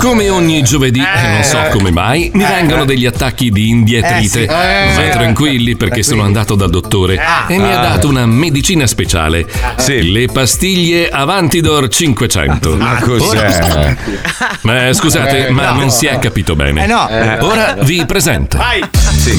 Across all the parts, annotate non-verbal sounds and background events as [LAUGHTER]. Come ogni giovedì, e non so come mai, mi vengono degli attacchi di indietrite. Eh, sì. Eh, Ma sì. tranquilli perché sono andato dal dottore Ah. e mi ha Ah. dato una medicina speciale. Le pastiglie Avantidor 500. Ma cos'è? Ora- Ma scusate, Eh, ma no. non si è capito bene. Eh, no. Eh. Ora vi presento.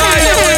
buongiorno!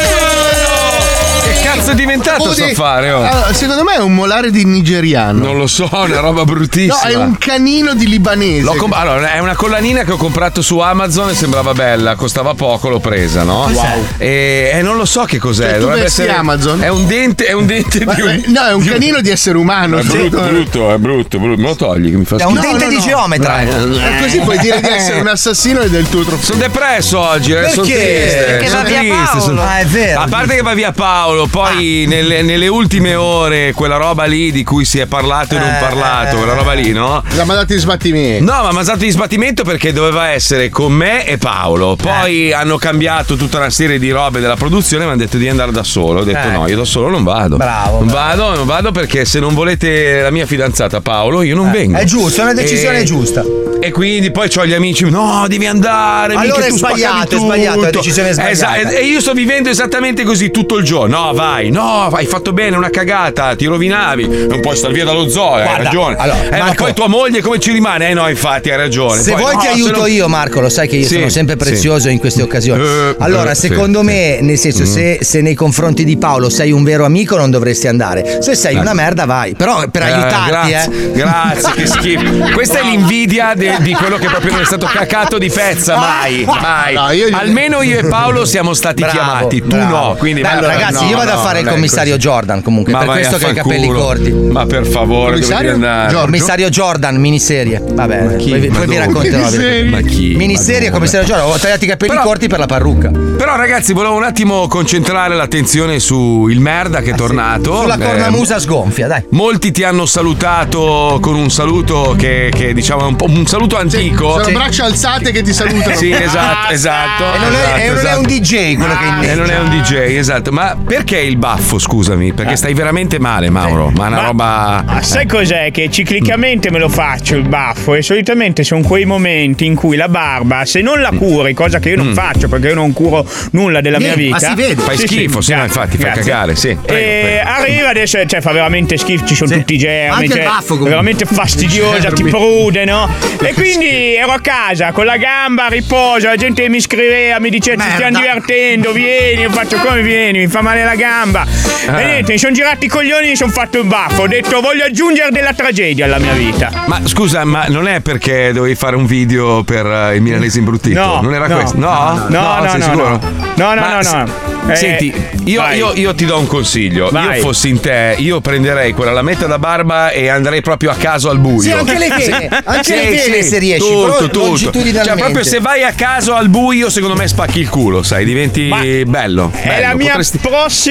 Che cazzo è diventato sto affare? oh? Allora, secondo me è un molare di nigeriano. Non lo so, è una roba bruttissima. No, è un canino di libanese. L'ho comp- allora, è una collanina che ho comprato su Amazon e sembrava bella, costava poco, l'ho presa, no? Wow. E, e non lo so che cos'è. Cioè, tu dovrebbe pensi Amazon? È un dente, è un dente Ma- di un- no, è un di canino di essere umano. certo. È brutto, secondo me. brutto, è brutto, brutto. Me lo togli, che mi fa È schifo. E Eh, così puoi dire di essere un assassino e del tuo trofeo. Eh. Sono depresso oggi, eh, sono Perché? triste. Perché sono va via triste, Paolo. sono- Ah, è vero. A parte che va via Paolo, Ah. poi nelle, nelle ultime ore, quella roba lì di cui si è parlato e Eh, non parlato, quella roba lì, no? L'ha mandato in sbattimento. No, ma mi ha mandato di sbattimento perché doveva essere con me e Paolo. Poi Eh. hanno cambiato tutta una serie di robe della produzione mi hanno detto di andare da solo. Ho detto Eh. no, io da solo non vado. Bravo, Non vado, non vado perché se non volete la mia fidanzata Paolo, io non vengo. Eh, È giusto, è una decisione Mm. E- giusta. E quindi poi ho gli amici, no, devi andare. Allora mica è tu spaccavi sbagliato, è tutto." sbagliato, la decisione è sbagliata. Esa- eh, e io sto vivendo esattamente così tutto il giorno. No, vai, no, hai fatto bene, una cagata, ti rovinavi. Non puoi star via dallo zoo, hai Guarda, ragione. allora, Eh, ma Marco- poi tua moglie come ci rimane? Eh no, infatti, hai ragione. Se Poi, vuoi no, ti aiuto non- io, Marco, lo sai che io Sì, sono sempre sì. prezioso in queste occasioni. Eh, allora, eh, sì, secondo sì. me, nel senso, Mm. se, se nei confronti di Paolo sei un vero amico, non dovresti andare. Se sei Eh. una merda, vai. Però per Eh, aiutarti, grazie, eh. [LAUGHS] grazie, che schifo. Questa è l'invidia de- di quello che proprio non è stato cacato di pezza. Mai, mai. No, io gli- Almeno io e Paolo siamo stati Bravo, chiamati, tu bravo. no. Quindi Beh, allora, ragazzi, io vado a fare il commissario Jordan comunque, per vai questo a che ho i capelli fanculo. corti. Ma per favore, dove devi andare? commissario Jordan, miniserie. Va bene, poi, vi- Ma poi vi dove? racconterò. Miniserie? Ma chi? Miniserie, Ma dove? commissario Jordan. Ho tagliato i capelli corti per la parrucca. Però ragazzi, volevo un attimo concentrare l'attenzione su il merda che è tornato. Ah, Sulla Eh, cornamusa sgonfia, dai. Molti ti hanno salutato con un saluto che, che, diciamo è un, po' un saluto antico. Sono Sì. braccia alzate che ti salutano. Sì, esatto, esatto. E non è- esatto, e non è esatto. un DJ quello che E non è un DJ, esatto. Ma perché il baffo, scusami? Ah. Perché stai veramente male, Mauro. Ma è una Ma- roba. Ah, sai cos'è? Che ciclicamente me lo faccio il baffo e solitamente sono quei momenti in cui la barba, se non la curi, cosa che io non Mm. faccio perché io non curo nulla della mia vita. Fai Sì, sì. schifo, sì, no, infatti, fai grazie. Eh, cagare, sì. Prego, e prego. arriva adesso, cioè fa veramente schifo, ci sono tutti i germi, Anche il cioè, baffo, comunque. veramente fastidiosa, ti Germi. prude, no? E quindi ero a casa con la gamba a riposo, la gente mi scriveva, mi diceva ci stiamo divertendo, vieni, io faccio come vieni, mi fa male la gamba. Eh. E niente, mi sono girati i coglioni e mi sono fatto il baffo. Ho detto voglio aggiungere della tragedia alla mia vita. Ma scusa, ma non è perché dovevi fare un video per eh, il milanese imbrutito? No, non era no. questo? No? No, no, sei no, sicuro? no. No, no, Ma no, se- no. Eh, Senti, io, vai. io- io ti do un consiglio. Vai. Io fossi in te, io prenderei quella lametta da barba e andrei proprio a caso al buio. Eh, Sì, [LAUGHS] anche le vene, anche le vene se riesci, però Tutto, tutto. Cioè, longitudinalmente. proprio se vai a caso al buio, secondo me spacchi il culo, sai, diventi Eh, bello. È la mia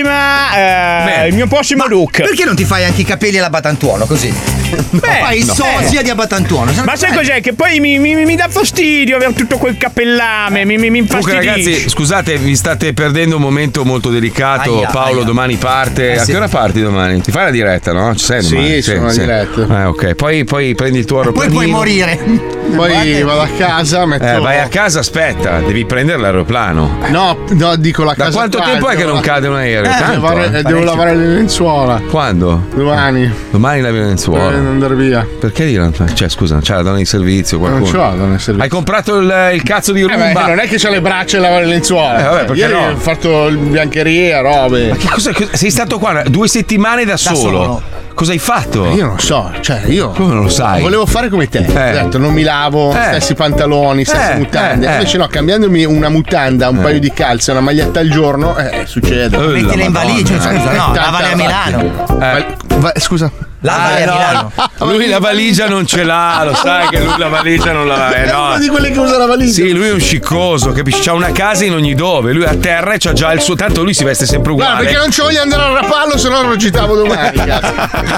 prossima. eh, il mio prossimo look. Perché non ti fai anche i capelli alla Batantuono così? fai il no. sosia di Abatantuono. Ma sai cos'è? Che poi mi, mi- mi dà fastidio avere tutto quel cappellame, mi, mi, mi Comunque, infastidisce. ragazzi, scusate, vi state perdendo un momento molto delicato. Aia, Paolo aia. domani parte. Eh, a sì. che ora parti domani? Ti fai la diretta, no? Ci sei Sì, domani? sono la diretta. Eh, ok. Poi, poi prendi il tuo aeroplanino. Poi vado a casa, metto. Eh, vai a casa, aspetta, devi prendere l'aeroplano. No, no, dico la Da casa. quanto qua, tempo è che devo- non cade un aereo? Eh, Tanto, devo lavare- eh. eh, devo lavare le lenzuola. Quando? Domani. Domani la Venezuela. Devo andare via. Perché di Cioè, scusa, c'è la donna di servizio? Qualcuno? Non c'ho la donna di servizio. Hai comprato il, il cazzo di Eh, rumba? beh, non è che c'ho le braccia e lavare le lenzuola. Eh, vabbè, perché Ieri no? ho fatto il biancheria, robe. Ma che cosa, cosa- sei stato qua due settimane da, solo. solo. Cosa hai fatto? Io non so, cioè io. Come non lo sai? Volevo fare come te. Ho detto, non mi lavo, Eh. stessi pantaloni, stesse Eh, mutande. eh, eh. Invece no, cambiandomi una mutanda, un paio di calze, una maglietta al giorno, eh, succede. Eh, Mettile la in Madonna, valigia, eh. scusa, no, Ah, Tanta lavale a valigia. [LAUGHS] Eh. Va- va- scusa. Ah, no, [LAUGHS] Lui la valigia non ce l'ha, lo sai che lui la valigia non la eh, È [LAUGHS] no. [LAUGHS] uno di quelli che usa la valigia. Sì, lui è un sciccoso, capisci? C'ha una casa in ogni dove, lui è a terra e c'ha già il suo tanto lui si veste sempre Guarda, uguale. perché non ci voglio andare al rapallo, se no non citavo domani. Eh, cazzo.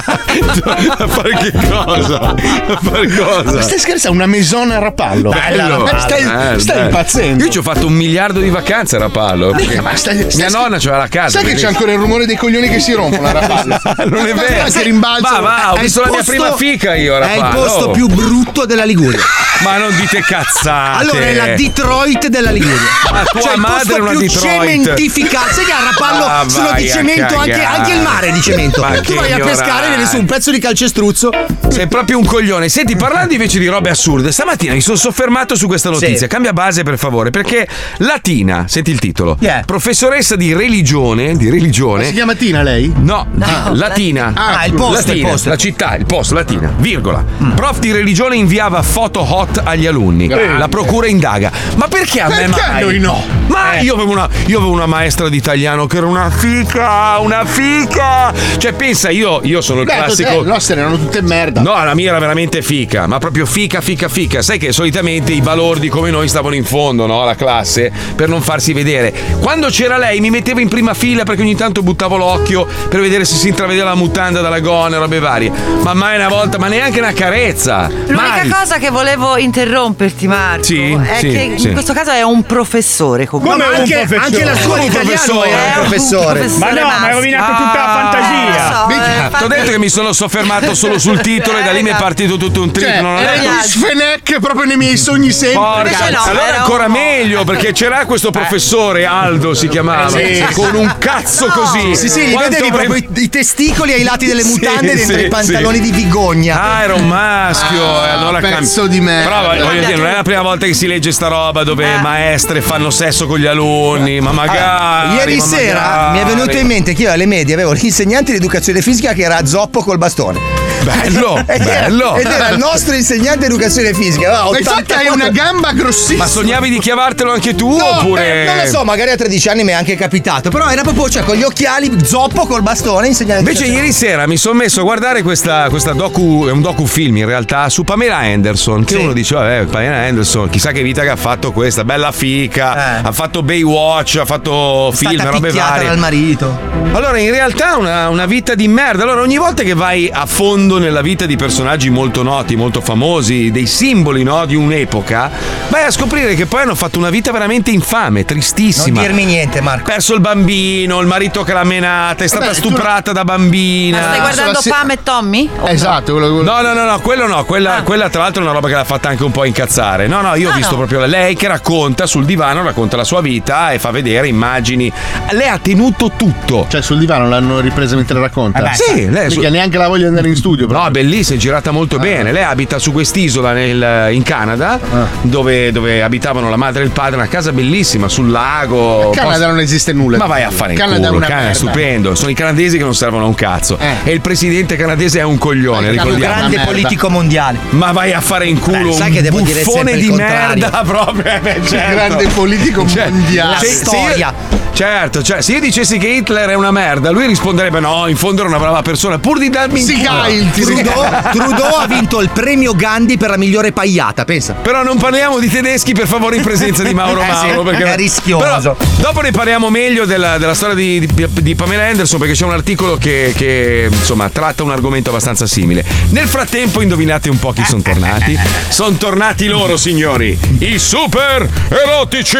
[LAUGHS] a fare che cosa? A fare cosa? Ma stai scherzando? Una mesona a rapallo. Bello. Eh, stai, Eh, stai bello. impazzendo. Io ci ho fatto un miliardo di vacanze a Rapallo. Mica, perché ma stai- mia stai- nonna c'aveva la casa. Sai che c'è bellissima. ancora il rumore dei coglioni che [LAUGHS] si rompono a rapallo? Non è Aspetta vero. che rimbalzo. Va, va, ho È visto il la mia posto- prima fica io, a È il Rapallo. posto più brutto della Liguria. [LAUGHS] Ma non dite cazzate. Allora è la Detroit [LAUGHS] della Liguria. Ma tua cioè, il madre posto è una più Detroit. cementificato. Sai che a Rapallo Ah, sono vai di a cemento, anche, cagare. anche il mare è di cemento. Ma che tu vai a pescare ignorante. e viene su un pezzo di calcestruzzo. Sei proprio un coglione. Senti, parlando invece di robe assurde, stamattina mi sono soffermato su questa notizia. Sì. Cambia base, per favore, perché la Tina, senti il titolo, Chi è? professoressa di religione, di religione. Si chiama Tina lei? No, Latina. Ah, il posto, il Latina, posto. Ah. La città, il posto, Latina. Virgola. Prof di religione inviava foto hot agli alunni. Grande. La procura indaga. Ma perché a me Perché mai? noi no? Eh. Ma io, avevo una, io avevo una maestra di italiano che era una fica, una fica. Cioè, pensa, io, io sono il Beh, eh, classico. te- le nostre erano tutte merda. No, la mia era veramente fica, ma proprio fica, fica, fica. Sai che solitamente i balordi come noi stavano in fondo, no? Alla classe, per non farsi vedere. Quando c'era lei mi mettevo in prima fila perché ogni tanto buttavo l'occhio per vedere se si intravedeva la mutanda dalla gonna, robe varie. Ma mai una volta, ma neanche una carezza. L'unica mai. cosa che volevo interromperti, Marco, Sì, è sì, che sì. in questo caso è un professore. comunque. Come un anche, professore. anche la scuola Un italiana professore. era un professore. Ma no, ma hai rovinato tutta la fantasia. Ah, so, eh, Ah. Minchia, Ti ho infatti- detto che mi sono soffermato solo [LAUGHS] sul titolo e da lì mi è partito tutto un trip. Cioè, non ho era letto un sfenec proprio nei miei sogni sempre. Porca, Invece no, allora era ancora uno- meglio perché c'era Eh. questo professore Aldo si chiamava Eh, sì. con un cazzo così. Sì, sì, li Quanto vedevi pre- proprio i, i testicoli ai lati delle [LAUGHS] Sì, mutande dentro sì, i pantaloni sì. di Vigogna. Ah, era un maschio. Ah, e allora pezzo cambia. di merda. Però voglio- voglio dire, non è la prima volta che si legge sta roba dove Eh. maestre fanno sesso con gli alunni, ma magari. Ieri ma sera magari. mi è venuto in mente che io alle medie avevo l'insegnante di educazione fisica che era zoppo col bastone. Bello, [LAUGHS] Ed era- bello. Ed era il nostro insegnante di educazione fisica. aveva Ma infatti 80 hai una gamba grossissima. Ma sognavi di chiavartelo anche tu? No, oppure. eh, non lo so, magari a 13 anni mi è anche capitato. Però era proprio cioè, con gli occhiali, zoppo col bastone, insegnante. di Invece educazione ieri sera mi sono messo a guardare questa, questa docu, è un docufilm in realtà su Pamela Anderson, che uno dice, vabbè, Pamela Anderson, chissà che vita che ha fatto questa, bella fica, Eh. ha fatto Baywatch, ha fatto fisica. È film, stata robe picchiata varie. dal marito. Allora, in realtà una, una vita di merda. Allora, ogni volta che vai a fondo nella vita di personaggi molto noti, molto famosi, dei simboli no, di un'epoca, vai a scoprire che poi hanno fatto una vita veramente infame, Non tristissima. dirmi niente, Ha Marco. perso il bambino, il marito che l'ha menata, Ah, è stata Vabbè, tu- stuprata da Ma bambina. stai guardando se- Pam e Tommy? Esatto, quello, quello. No, no, no, no, quello no, quella, quella tra l'altro è una roba che l'ha fatta fatta anche un po' incazzare. No, no, io ho visto proprio lei che racconta sul divano, racconta la sua vita e fa vedere immagini. Lei ha tenuto tutto. Eh Cioè, sul divano l'hanno ripresa mentre racconta. Vabbè, sì, lei Eh, Mica neanche la voglio andare in studio. No, bellissima, è girata Ah. molto bene. Lei abita su quest'isola nel- in Canada, Ah. dove, dove abitavano la madre e il padre, una casa bellissima sul lago. In Canada non esiste nulla. Ma vai a fare in Canada è culo, una Canada è merda. Eh. stupendo. Sono i canadesi che non servono a un cazzo. E il presidente canadese è un coglione, Il più ricordiamo. grande politico mondiale. Ma vai a fare in culo Beh, sai un che devo dire buffone sempre il di contrario. merda [LAUGHS] proprio. eh, beh, Il certo. Cioè, grande politico mondiale. La storia. io- certo, cioè, se io dicessi che Hitler è una merda, lui risponderebbe no, in fondo era una brava persona, pur di darmi Ah. in culo. Trudeau, Trudeau ha vinto il premio Gandhi per la migliore pagliata, pensa. Però non parliamo di tedeschi, per favore, in presenza [LAUGHS] di [LAUGHS] Mauro Eh sì, Mauro. perché è rischioso. Però dopo ne parliamo meglio della, della storia di, di- di Pamela Anderson, perché c'è un articolo che, che, insomma tratta un argomento abbastanza simile. Nel frattempo, indovinate un po' chi sono tornati. sono tornati loro, signori, i super erotici.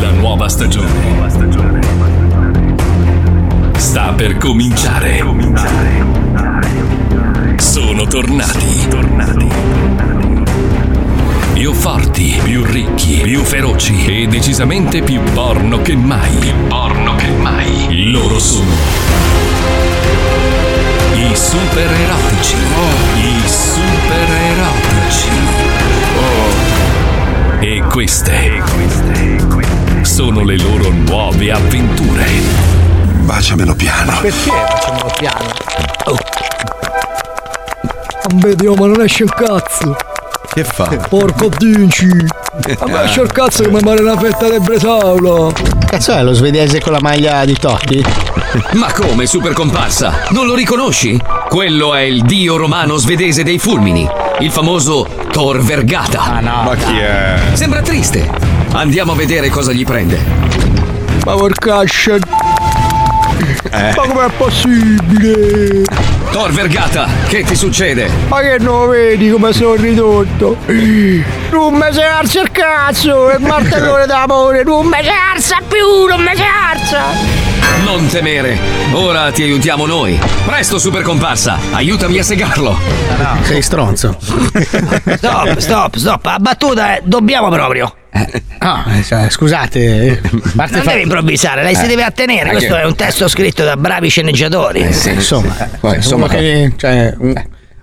La nuova stagione sta per cominciare. Sono tornati. Più forti, più ricchi, più feroci e decisamente più porno che mai. Più porno che mai. Loro sono i super erotici. I super erotici. E queste sono le loro nuove avventure. Baciamelo piano. Perché facciamo piano? Vediamo, ma non esce il cazzo. Che fa? Porco dinci. [LAUGHS] Eh. Vabbè, esce il cazzo che mi male una fetta di bresaula. Cazzo è lo svedese con la maglia di Totti? Ma come, super comparsa? Non lo riconosci? Quello è il dio romano svedese dei fulmini, il famoso Thor Vergata. Ah no. Ma chi è? Sembra triste. Andiamo a vedere cosa gli prende. Ma porcascia. Eh. Ma com'è possibile? Thor Vergata, che ti succede? Ma che non lo vedi come sono ridotto? Non mi si alza il cazzo, è il martellone d'amore, non mi si alza più, non mi si alza! Non temere, ora ti aiutiamo noi. Presto, super comparsa, aiutami a segarlo. Sei stronzo. [LAUGHS] Stop, stop, stop, a battuta eh, dobbiamo proprio. Ah, eh, cioè, scusate. Parte Eh. Non deve improvvisare, lei si deve attenere. Questo è un testo scritto da bravi sceneggiatori. Eh, insomma, Poi, insomma, insomma Eh, che, cioè, un-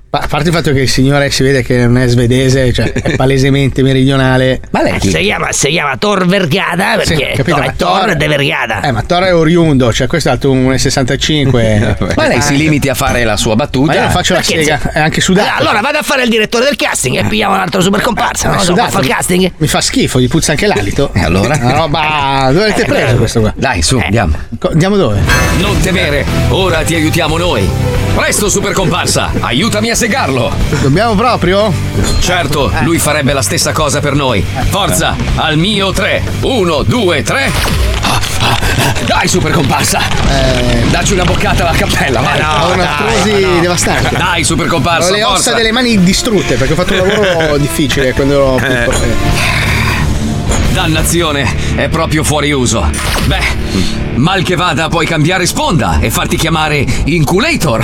pa- a parte il fatto che il signore si vede che non è svedese, cioè è palesemente meridionale. Ah, Ma lei Eh, si chiama, si chiama Tor Vergata Sì, perché capito, no, ma è Tor Thor- de Vergata. Eh, ma Toro è oriundo, cioè questo è alto 1,65. Ma lei si limiti a fare la sua battuta. Ma io non faccio la Perché sega, se- è anche sudato. Allora vado a fare il direttore del casting e pigliamo un altro super comparsa. Ma No? è So, può sudato, fare il mi- casting? Mi fa schifo, gli puzza anche [LAUGHS] l'alito. E allora? Una roba. Dove l'avete Eh, preso questo qua? Eh. Dai, su, andiamo. Co- Andiamo dove? Non temere, ora ti aiutiamo noi. Presto, super comparsa, aiutami a segarlo. Dobbiamo proprio? Certo, lui farebbe la stessa cosa per noi. Forza, al mio 3. 1, 2, 3. Dai, super comparsa. Dacci una boccata alla cappella. Ma Ho un'artrosi Ah, devastante. Dai, super Ho comparsa. le forza. ossa delle mani distrutte perché ho fatto un [LAUGHS] lavoro difficile quando ero piccolo. Dannazione, è proprio fuori uso. Beh, mal che vada, puoi cambiare sponda e farti chiamare [LAUGHS] Inculator.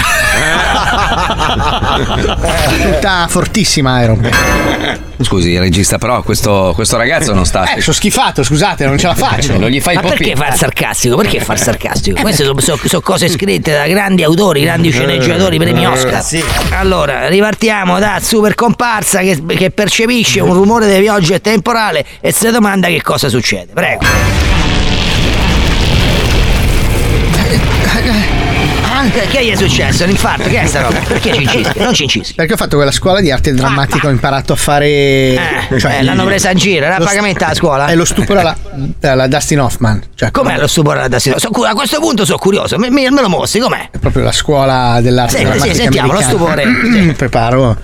Tutta fortissima ero. Scusi, regista, però questo, questo ragazzo non sta. Eh, sono schifato, scusate, non ce la faccio. Non gli fai Eh, Eh. Ma perché far sarcastico? Perché far sarcastico? Queste sono cose scritte da grandi autori, Eh. grandi sceneggiatori, premi Oscar. Allora, ripartiamo da super comparsa che, che percepisce un rumore di pioggia e temporale e si domanda che cosa succede. Prego. Eh, Che- Che gli è successo? Un infarto? Che è sta roba? Perché ci incischi? Non ci incischi. Perché ho fatto quella scuola di arte drammatica, ho imparato a fare. cioè, Eh, eh, l'hanno presa in giro, era lo pagamento stu- alla scuola. È lo stupore alla, alla Dustin Hoffman. eh. Cioè, Com'è lo stupore alla Dustin Hoffman? So cu- a questo punto sono curioso, me, me- me lo mostri, com'è? È proprio la scuola dell'arte Sì, sì, drammatica. sentiamo, lo Mm. americana. [CLEARS THROAT] Preparo.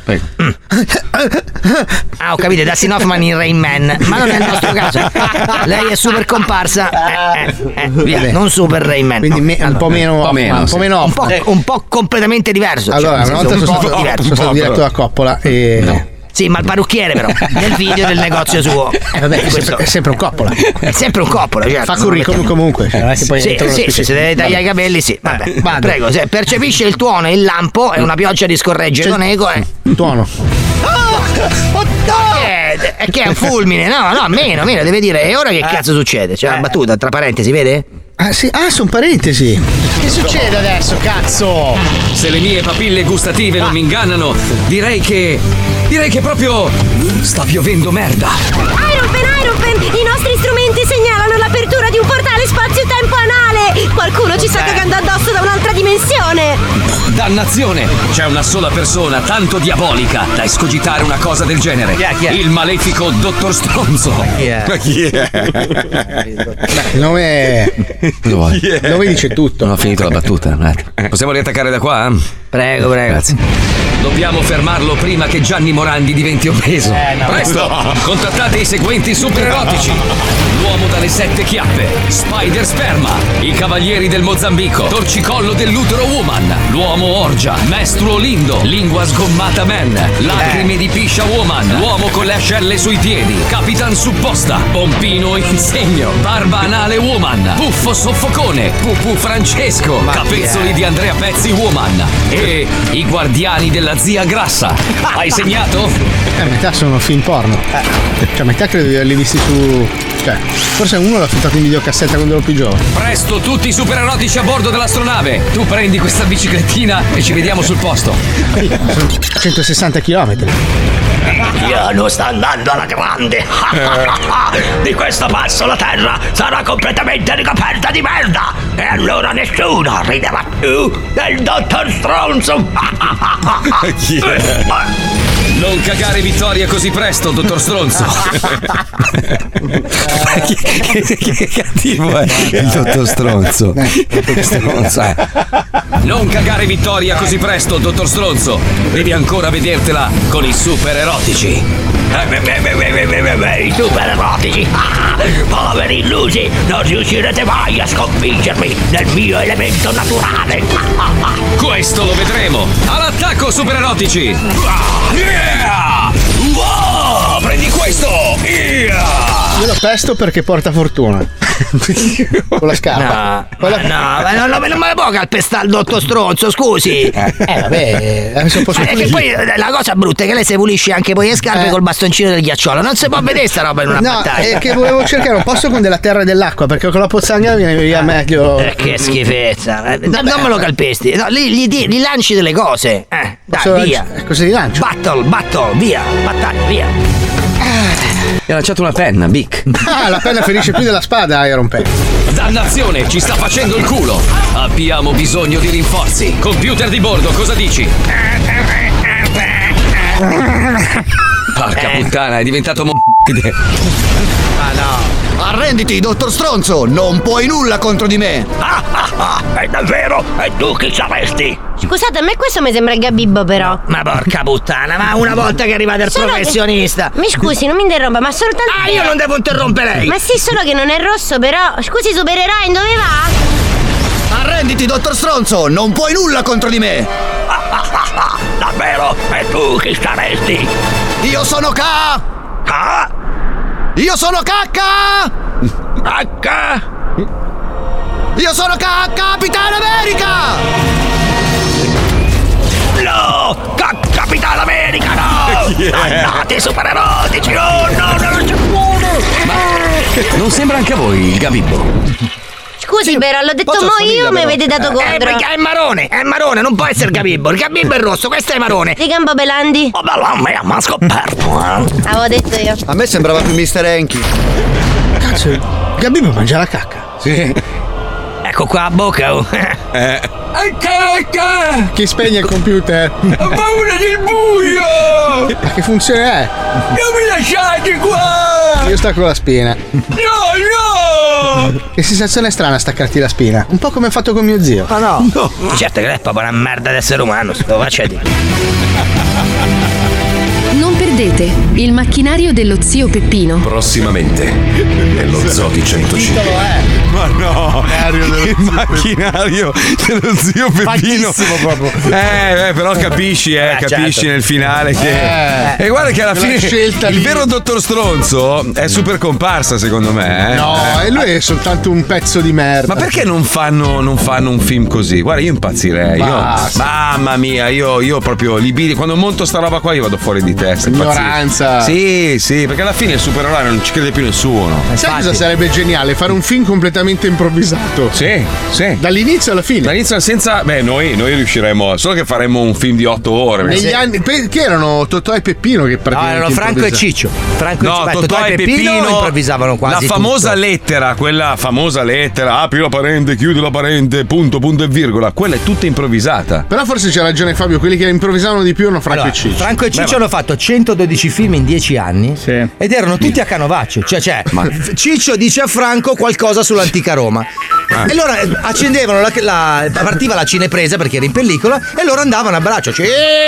Ah, ho capito, Dustin Hoffman in Rain Man, ma non è il nostro caso. Lei è super comparsa, eh, eh, eh, via, Vabbè. non super Rain Man. Quindi me- un po' meno Hoffman, un po' sì. meno un po', Hoffman. un po' completamente diverso. Allora, cioè, una nel volta senso, sono un po' stato, diverso. sono stato diretto da Coppola e. Sì, ma il parrucchiere però, nel video del negozio suo. Eh, vabbè, è sempre, è sempre un coppola. È sempre un coppola, certo. Fa curriculum comunque. Cioè, non è che poi sì, entrano sì, lo sì, se specifico. deve tagliare i Vabbè. capelli, sì. Vabbè, vado. prego, se percepisce il tuono e il lampo, è una pioggia di scorregge C'è- con eco. Eh. Tuono. Che è, Eh, che è un fulmine, no, no, meno, meno, deve dire, e Ah. ora che cazzo succede? C'è una battuta, tra parentesi, vede? Eh. Ah, sì, ah, sono parentesi. Che succede adesso, cazzo? Se le mie papille gustative non mi ingannano, direi che. direi che proprio. sta piovendo merda. Ironpen, Ironpen, i nostri strumenti segnalano l'apertura di un portale spazio-tempo anale. Qualcuno ci sta cagando addosso da un'altra dimensione. Dannazione! C'è una sola persona tanto diabolica da escogitare una cosa del genere. Il malefico dottor Stronzo. Ma chi [LAUGHS] è? Il nome. [LAUGHS] Il nome dice tutto. Non ho finito la battuta. eh. Possiamo riattaccare da qua? Prego, prego. Grazie. Dobbiamo fermarlo prima che Gianni Morandi diventi obeso. Presto! Contattate i seguenti super erotici: L'uomo dalle sette chiappe, Spider Sperma, i cavalieri del Mozambico, Torcicollo dell'utero Woman, l'uomo Orgia, Mestro Lindo, Lingua sgommata Man, Lacrime di Piscia Woman, l'uomo con le ascelle sui piedi, Capitan Supposta, Pompino Insegno, Barba Anale Woman, Puffo Soffocone, Pupu Francesco, Capezzoli di Andrea Pezzi Woman e i guardiani della zia [LAUGHS] grassa. Hai segnato? Eh, metà sono film porno. Cioè, metà credo di averli visti su. Cioè, forse uno l'ha affittato in videocassetta quando ero più giovane. Presto tutti i supererotici a bordo dell'astronave. Tu prendi questa biciclettina e ci vediamo sul posto. Sono 160 km. Piano sta andando alla grande. Eh. [LAUGHS] di questo passo la terra sarà completamente ricoperta di merda. E allora nessuno riderà più Eh. del dottor [LAUGHS] Stronzo. Chi [LAUGHS] è? Non cagare vittoria così presto, dottor Stronzo. [LAUGHS] [LAUGHS] che, cattivo è Eh, il dottor Stronzo. Stronzo, eh. Non cagare vittoria così presto, dottor Stronzo. Devi ancora vedertela con i super erotici. Eh, I super erotici. Poveri illusi, non riuscirete mai a sconfiggermi nel mio elemento naturale. [LAUGHS] Questo lo vedremo. All'attacco, super erotici. Ah, Yeah! Wow! Prendi questo! Yeah! Io lo pesto perché porta fortuna. Con la scarpa. Ma no, ma non, non me- non me la può calpestare il dotto stronzo, scusi. Eh, vabbè, adesso posso Ma è che pulire. poi eh, la cosa brutta è che lei si pulisce anche poi le scarpe col bastoncino del ghiacciolo. Non si può vedere sta roba in una No, battaglia. è che volevo cercare un posto con della terra e dell'acqua perché con la pozzanghera viene via meglio. Eh, che schifezza. Eh, no, non me lo calpesti. No, lì, gli, di- gli lanci delle cose. Eh, dai, Posso lanci- via. Cosa gli lancio? Battle, battle, via. Battaglia, via. Mi ha lanciato una penna, Bic. Ah, la penna ferisce più della spada, Iron Pen. Dannazione, ci sta facendo il culo. Abbiamo bisogno di rinforzi. Computer di bordo, cosa dici? Porca puttana, è diventato mo. Ah no! Arrenditi, dottor Stronzo! Non puoi nulla contro di me! Ah, ah, ah, è davvero? E tu chi saresti? Scusate, a me questo mi sembra il Gabibbo però. Ma porca puttana, ma una volta che è arrivato il Solo che- professionista. Mi scusi, non mi interrompa, ma soltanto. Ah, io non devo interrompere lei. Ma sì, solo che non è rosso, però. Scusi, supererai, in dove va? Arrenditi, dottor Stronzo! Non puoi nulla contro di me! Davvero? E tu chi saresti? Io sono K! Ah? Io sono cacca! H? Io sono K, Capitano America! No! Ca- Capitale America, [LAUGHS] no! Dannati supererotici, no, no, no, non c'è Ma non sembra anche a voi il Gabibbo? Scusi, però, l'ho detto Posso mo assomiglia, io mi però. avete dato Eh, contro. perché è marrone, è marrone, non può essere Gabibbo. Il Gabibbo è rosso, questo è marrone. Di Gambo Belandi? Oh, bella me, ma scoperto, eh! Avevo detto io. A me sembrava più Mr. Enki. Cazzo, Gabibbo mangia la cacca. Sì. Ecco qua [LAUGHS] a bocca. oh. Eh. Chi spegne il computer? Ho Ecco, paura del buio! Ma che funzione è? Non mi lasciate qua! Io sto con la spina. [LAUGHS] No, no! Che sensazione strana staccarti la spina. Un po' come ho fatto con mio zio. Ma no. Certo che lei è proprio una merda di essere umano, se lo faccia dire. Non perdete Vedete, il macchinario dello zio Peppino. Prossimamente, nello zoo di 105. Ma no, il macchinario dello zio Peppino. Eh, eh, però capisci, eh, Eh, capisci certo. nel finale che. Eh. e guarda che alla La fine scelta il lì. vero dottor Stronzo è super comparsa, secondo me. eh. No, Eh. e lui è soltanto un pezzo di merda. Ma perché non fanno, non fanno un film così? Guarda, io impazzirei. io- Basta. mamma mia, io, io proprio libidi. Quando monto sta roba qua, io vado fuori di testa. impazzisco. Ignoranza. Sì, sì, perché alla fine il supereroe non ci crede più nessuno. Sai cosa sarebbe geniale? Fare un film completamente improvvisato. Sì, sì. Dall'inizio alla fine. Dall'inizio senza. Beh, noi, noi riusciremo. Solo che faremo un film di otto ore. Negli anni. Perché erano Totò e Peppino che praticamente. Ah, erano Franco e improvvisavano. Ciccio. no, Totò, e Peppino, improvvisavano quasi La famosa tutto. lettera, quella famosa lettera, apri la parente, chiudi la parente, punto, punto e virgola, quella è tutta improvvisata. Però forse c'ha ragione Fabio, quelli che improvvisavano di più erano Franco Allora, e Ciccio. Franco e Ciccio hanno fatto 112 film in 10 anni ed erano tutti a canovaccio. Cioè, cioè, F- Ciccio dice a Franco qualcosa sull'antica Roma. E allora accendevano la, la- partiva la cinepresa perché era in pellicola e loro andavano a braccio.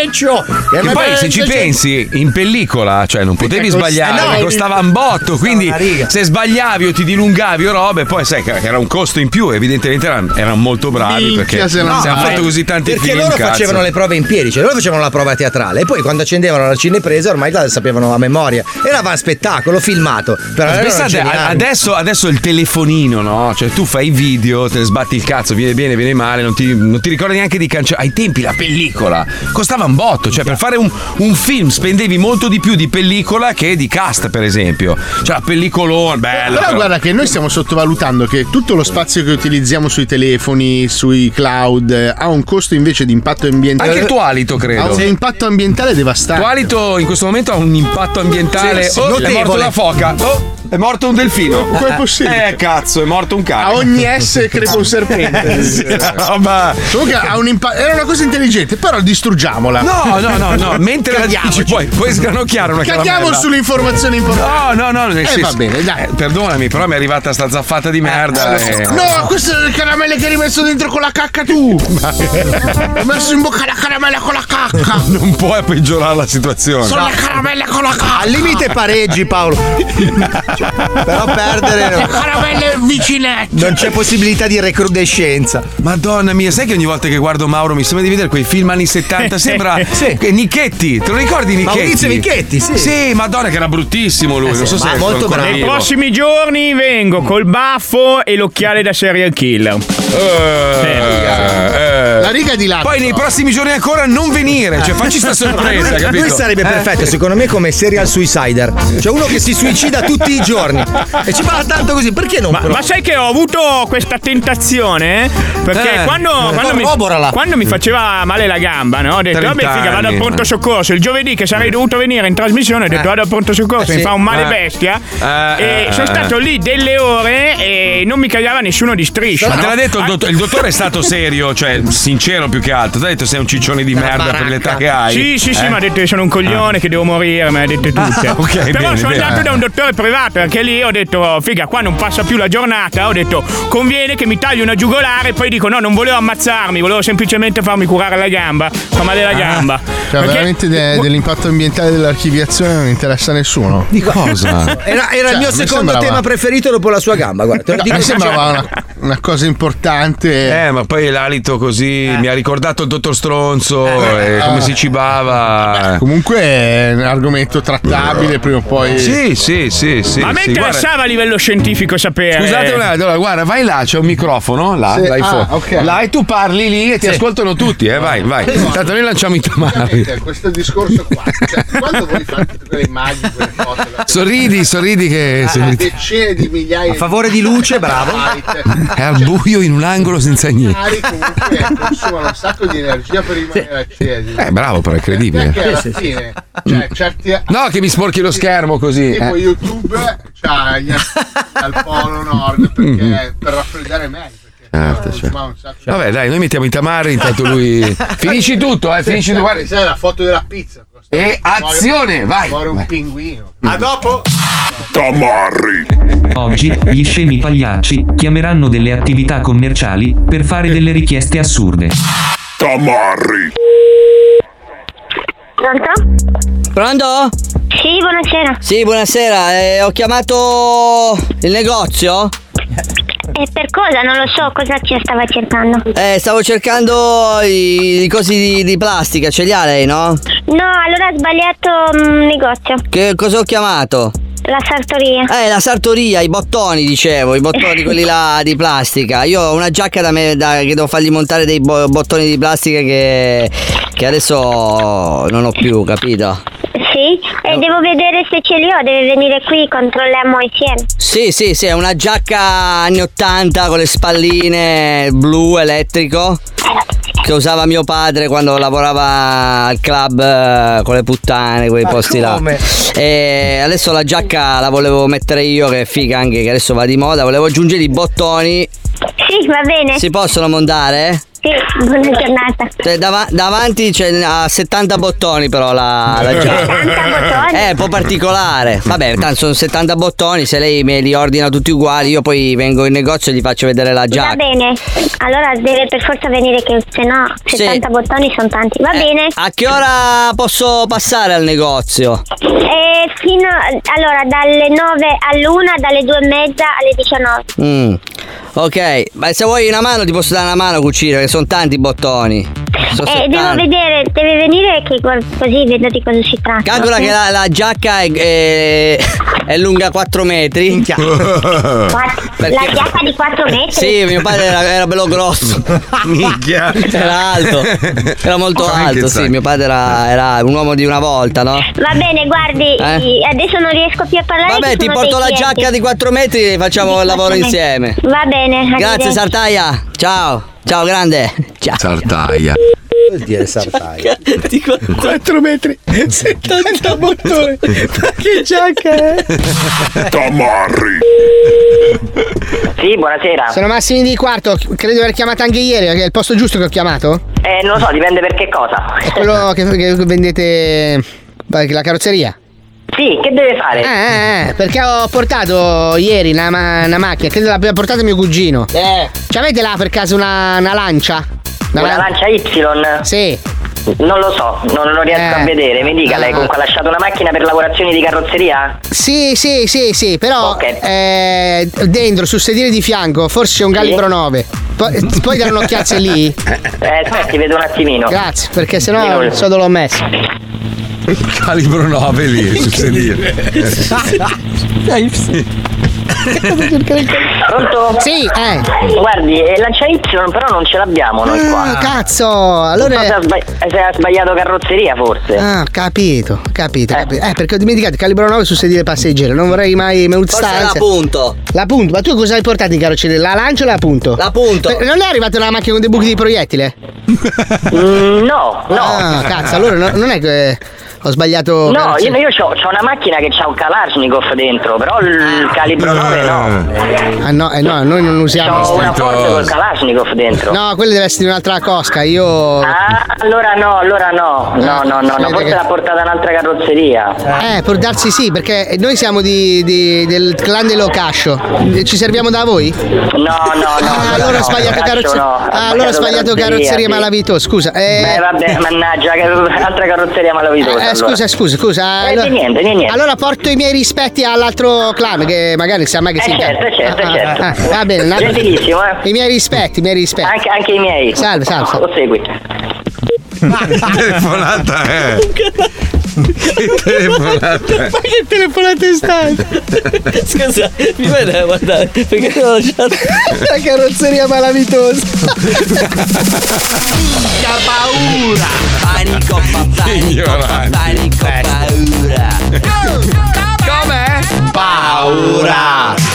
Ciccio! E eh, Che a me poi se pensa, ci Ciccio. pensi in pellicola, cioè non potevi costa- sbagliare, Eh no, perché il- costava un botto, quindi una riga. se sbagliavi o ti dilungavi o robe, poi sai che era un costo in più, evidentemente erano, erano molto bravi Minchia, perché se se non- hanno No, fatto così tanti perché film. loro cazzo. facevano le prove in piedi, cioè loro facevano la prova teatrale e poi quando accendevano la cinepresa ormai la sapevano a memoria. Era un spettacolo filmato. Però erano Eh, Pensate, a- geniali. Cioè, adesso, adesso il telefonino, no? Cioè, tu fai i video, te ne sbatti il cazzo, viene bene, viene male, non ti, non ti ricordi neanche di cancellare. Ai tempi la pellicola costava un botto, cioè per fare un, un film spendevi molto di più di pellicola che di cast, per esempio. Cioè, la pellicolone, bella. Però però. guarda che noi stiamo sottovalutando che tutto lo spazio che utilizziamo sui telefoni, sui cloud, eh, ha un costo invece di impatto ambientale. Anche il tuo alito, Ha credo. un impatto ambientale devastante. tuo alito in questo momento ha un impatto ambientale. Sì, sì, oh, è morto notevole. una foca. Oh, è morto un delfino. Ma com'è possibile? Eh, cazzo, è morto un cane. A ogni S crepa un serpente. [LAUGHS] Eh, Sì, la roba. Comunque ha un impa- era una cosa intelligente, però distruggiamola. No, no, no, [LAUGHS] no, mentre la dici Cadiamoci. puoi, puoi sgranocchiare una Cadiamo caramella. cioè. sulle informazioni importanti. No, no, no, nel Eh, senso- va bene, dai. Eh, perdonami, però mi è arrivata sta zaffata di merda. eh. No, queste sono le caramelle che hai rimesso dentro con la cacca [LAUGHS] tu. Hai messo in bocca la caramella con la cacca. Non puoi peggiorare la situazione. Sono le caramelle con la [LAUGHS] cacca. Al limite pareggi Paolo. Però perdere no. Le caramelle vicinette. Non c'è possibilità di recrudescenza. Madonna mia, sai che ogni volta che guardo Mauro mi sembra di vedere quei film anni 70? Sembra Sì. che Nichetti, te lo ricordi Nichetti? Maurizio Nichetti, sì. Sì, madonna che era bruttissimo lui, Eh non sì, so se ma è molto ancora bravo. Nei vivo. prossimi giorni vengo col baffo e l'occhiale da serial killer. Eh, eh. La riga di lato. Poi nei prossimi giorni ancora non venire, [LAUGHS] cioè facci sta sorpresa, lui, capito? Eh. lui sarebbe perfetto, secondo me, come serial suicider. Cioè uno che si suicida tutti i giorni. E ci parla tanto così, perché non? Ma, ma sai che ho avuto questa tentazione? eh? Perché Eh, quando, eh, quando mi, corroborala. quando mi faceva male la gamba, no? ho detto, vabbè, figa, vado al Trent'anni, pronto eh. soccorso. Il giovedì che sarei dovuto venire in trasmissione, ho detto, Eh. vado al pronto soccorso, Eh, mi sì. fa un male Eh. bestia. Eh, e eh, sono eh. stato lì delle ore e non mi cagava nessuno di striscia. Ma Cioè, te no? l'ha detto il, dott- il dottore è stato serio, cioè sincero più che altro. Ti ha detto sei un ciccione di merda per l'età che hai. Sì, sì, sì, Eh? mi ha detto che sono un coglione, che devo morire, me l'ha detto tutte. Ah, [LAUGHS] ok, Però bene, sono bene. andato da un dottore privato, perché lì ho detto, "Oh, figa, qua non passa più la giornata, ho detto, conviene che mi taglio una giugolare, e poi dico, no, non volevo ammazzarmi, volevo semplicemente farmi curare la gamba, fa male Ah. la gamba. Cioè, Perché- veramente de- dell'impatto ambientale dell'archiviazione non interessa a nessuno. Di [LAUGHS] Era, era il mio secondo tema preferito dopo la sua gamba. Guarda, te lo dico mi sembrava una, una cosa importante. Eh, ma poi l'alito così mi ha ricordato il dottor Stronzo, eh, come si cibava. Comunque è un argomento trattabile prima o poi. Sì, sì, sì, sì. Ma a me sì, interessava a livello scientifico sapere. guarda. Scusate un attimo, Eh, allora, guarda, vai là, c'è un microfono, là, Sì, l'iPhone. ah, ok. Là e tu parli lì e ti ascoltano tutti, eh, vai, vai. Tanto noi lanciamo i tamari. Questo discorso qua, cioè, [LAUGHS] quando vuoi farti quelle immagini, quelle foto, Sorridi, sorridi che... a decine di migliaia A favore di luce, bravo. È al buio in un angolo senza niente. Cari comunque [LAUGHS] consumano un sacco di energia per rimanere accesi. Eh, bravo, però è Perché alla credibile. fine, cioè, certi No, che mi sporchi lo schermo così. tipo eh. YouTube c'ha gli ass- al polo nord Mm-hmm. perché per raffreddare meglio. Certo, certo. Vabbè, dai, noi mettiamo i tamari, intanto [LAUGHS] lui. Finisci tutto, eh, finisci tutto. guarda. Sai la foto della pizza. E Eh, azione, vai! Muore un pinguino. A dopo. Tamarri. Oggi gli scemi pagliacci chiameranno delle attività commerciali per fare delle richieste assurde. Tamarri. Pronto? Pronto? Sì, buonasera. Sì, buonasera. eh, ho chiamato il negozio. E per cosa? Non lo so cosa ci stava cercando. Eh, stavo cercando i, i cosi di, di plastica, ce li ha lei, no? No, allora ho sbagliato mm, negozio. Che cosa ho chiamato? La sartoria. Eh, la sartoria, i bottoni, dicevo, [LAUGHS] i bottoni quelli là di plastica. Io ho una giacca da me da- che devo fargli montare dei bo- bottoni di plastica che, che adesso non ho più, capito? Sì, e devo vedere se ce li ho, deve venire qui, controlliamo insieme. Sì, sì, sì, è una giacca anni 80 con le spalline blu elettrico che usava mio padre quando lavorava al club eh, con le puttane, quei Ma posti come? là. E adesso la giacca la volevo mettere io che è figa anche che adesso va di moda, volevo aggiungere i bottoni. Sì, va bene. Si possono montare? Sì, buona giornata. Cioè, dava- davanti c'è ha 70 bottoni però la, la giacca. 70 bottoni? Eh, È un po' particolare. Vabbè, tanto sono 70 bottoni, se lei me li ordina tutti uguali, io poi vengo in negozio e gli faccio vedere la Va giacca. bene. Allora deve per forza venire che se no 70 bottoni sono tanti. Va bene. Eh, A che ora posso passare al negozio? E Eh, fino allora dalle 9 all'1, dalle 2 e mezza alle 19. Mm. Ok, ma se vuoi una mano ti posso dare una mano a cucire, che sono tanti i bottoni. Sono Eh, devo 70. vedere, deve venire che guard- così vedo di cosa si tratta. Calcola che la, la giacca è, è- è lunga 4 metri. [LAUGHS] Quatt- La giacca di 4 metri? Sì, mio padre era, era [LAUGHS] bello grosso. Minchia. Era alto. Era molto Porca alto, sì. zecca. Mio padre era, era un uomo di una volta, no? Va bene, guardi, Eh? adesso non riesco più a parlare. Vabbè, ci ti sono porto dei la clienti. giacca di 4 metri e facciamo il lavoro Va bene. insieme. Va bene, Grazie arrivederci. Sartaia. Ciao. Ciao grande. [LAUGHS] Ciao. Sartaia. Vuol dire Cioè, sartai. [LAUGHS] 4 metri, 70 bottoni. Ma che giacca è? Tamarri. Sì, buonasera. Sono Massimi di quarto, ch- credo di aver chiamato anche ieri, è il posto giusto che ho chiamato? Eh, non lo so, dipende per che cosa. È quello Esatto. che, che vendete la carrozzeria? Sì, che deve fare? Eh, eh, eh, perché ho portato ieri una, ma- una macchina, credo l'abbia portata mio cugino. Eh. Ci avete là per caso una, una lancia? Una lan- lancia Y? Sì. Non lo so, non lo riesco Eh. a vedere. Mi dica, lei Ah. comunque ha lasciato una macchina per lavorazioni di carrozzeria? Sì, sì, sì, sì, però Ok. eh, dentro sul sedile di fianco forse c'è un calibro 9. Poi, poi dare un'occhiazza lì. Eh, aspetti, vedo un attimino. Grazie, perché sennò Sì, non so dove l'ho [LAUGHS] messo. Calibro 9 lì, sul sedile. Pronto? Sì, eh. Guardi, eh, lancia Y però non ce l'abbiamo noi qua. Ah, cazzo, allora. Non so se ha, sbagli- se ha sbagliato carrozzeria forse. Ah, capito, capito, capito. Eh, perché ho dimenticato il calibro 9 sul sedile passeggero, non vorrei mai me Forse stare, la anzi- punto. La punto, ma tu cosa hai portato in carrozzeria? La lancia o la punto? La punto. Eh, Per- non è arrivata una macchina con dei buchi di proiettile? Mm, no, no. Ah, cazzo, allora no- non è che ho sbagliato No, io, carrozzeria. io c'ho, c'ho una macchina che c'ha un Kalashnikov dentro, però il Eh. calibro 9 no. Ah no, eh no, noi non usiamo C'ho una forza col Kalashnikov dentro. No, quella deve essere di un'altra cosca, io Ah, allora no, allora no. No, no, no, no. Vede Forse che- l'ha portata un'altra carrozzeria. Eh, può darsi sì, perché noi siamo di, di- del clan dell'Ocascio. Ci serviamo da voi? No, no, no. Ah, no, allora ho no, sbagliato cazzo, carrozzeria. no, Ah, allora ho sbagliato carrozzeria sì. malavito, scusa. Eh, Beh, [LAUGHS] vabbè, mannaggia, che- altra carrozzeria malavitosa. eh, allora. scusa, scusa, scusa. Eh, di niente, di niente. Allora porto i miei rispetti all'altro clan, che magari sa mai che Eh, si certo, intende. certo, Ah, certo. ah, ah, va bene, un attimo. Gentilissimo, eh. I miei rispetti, i miei rispetti. Anche, anche i miei. Salve, salve, salve. Lo [LAUGHS] segui. Telefonata, eh. Che telefonata. è? che telefonate è stata? Scusa, mi fai da guardare perché l'ho lasciato. La carrozzeria malavitosa. Minchia paura. Panico, panico, panico, paura. Com'è? Paura.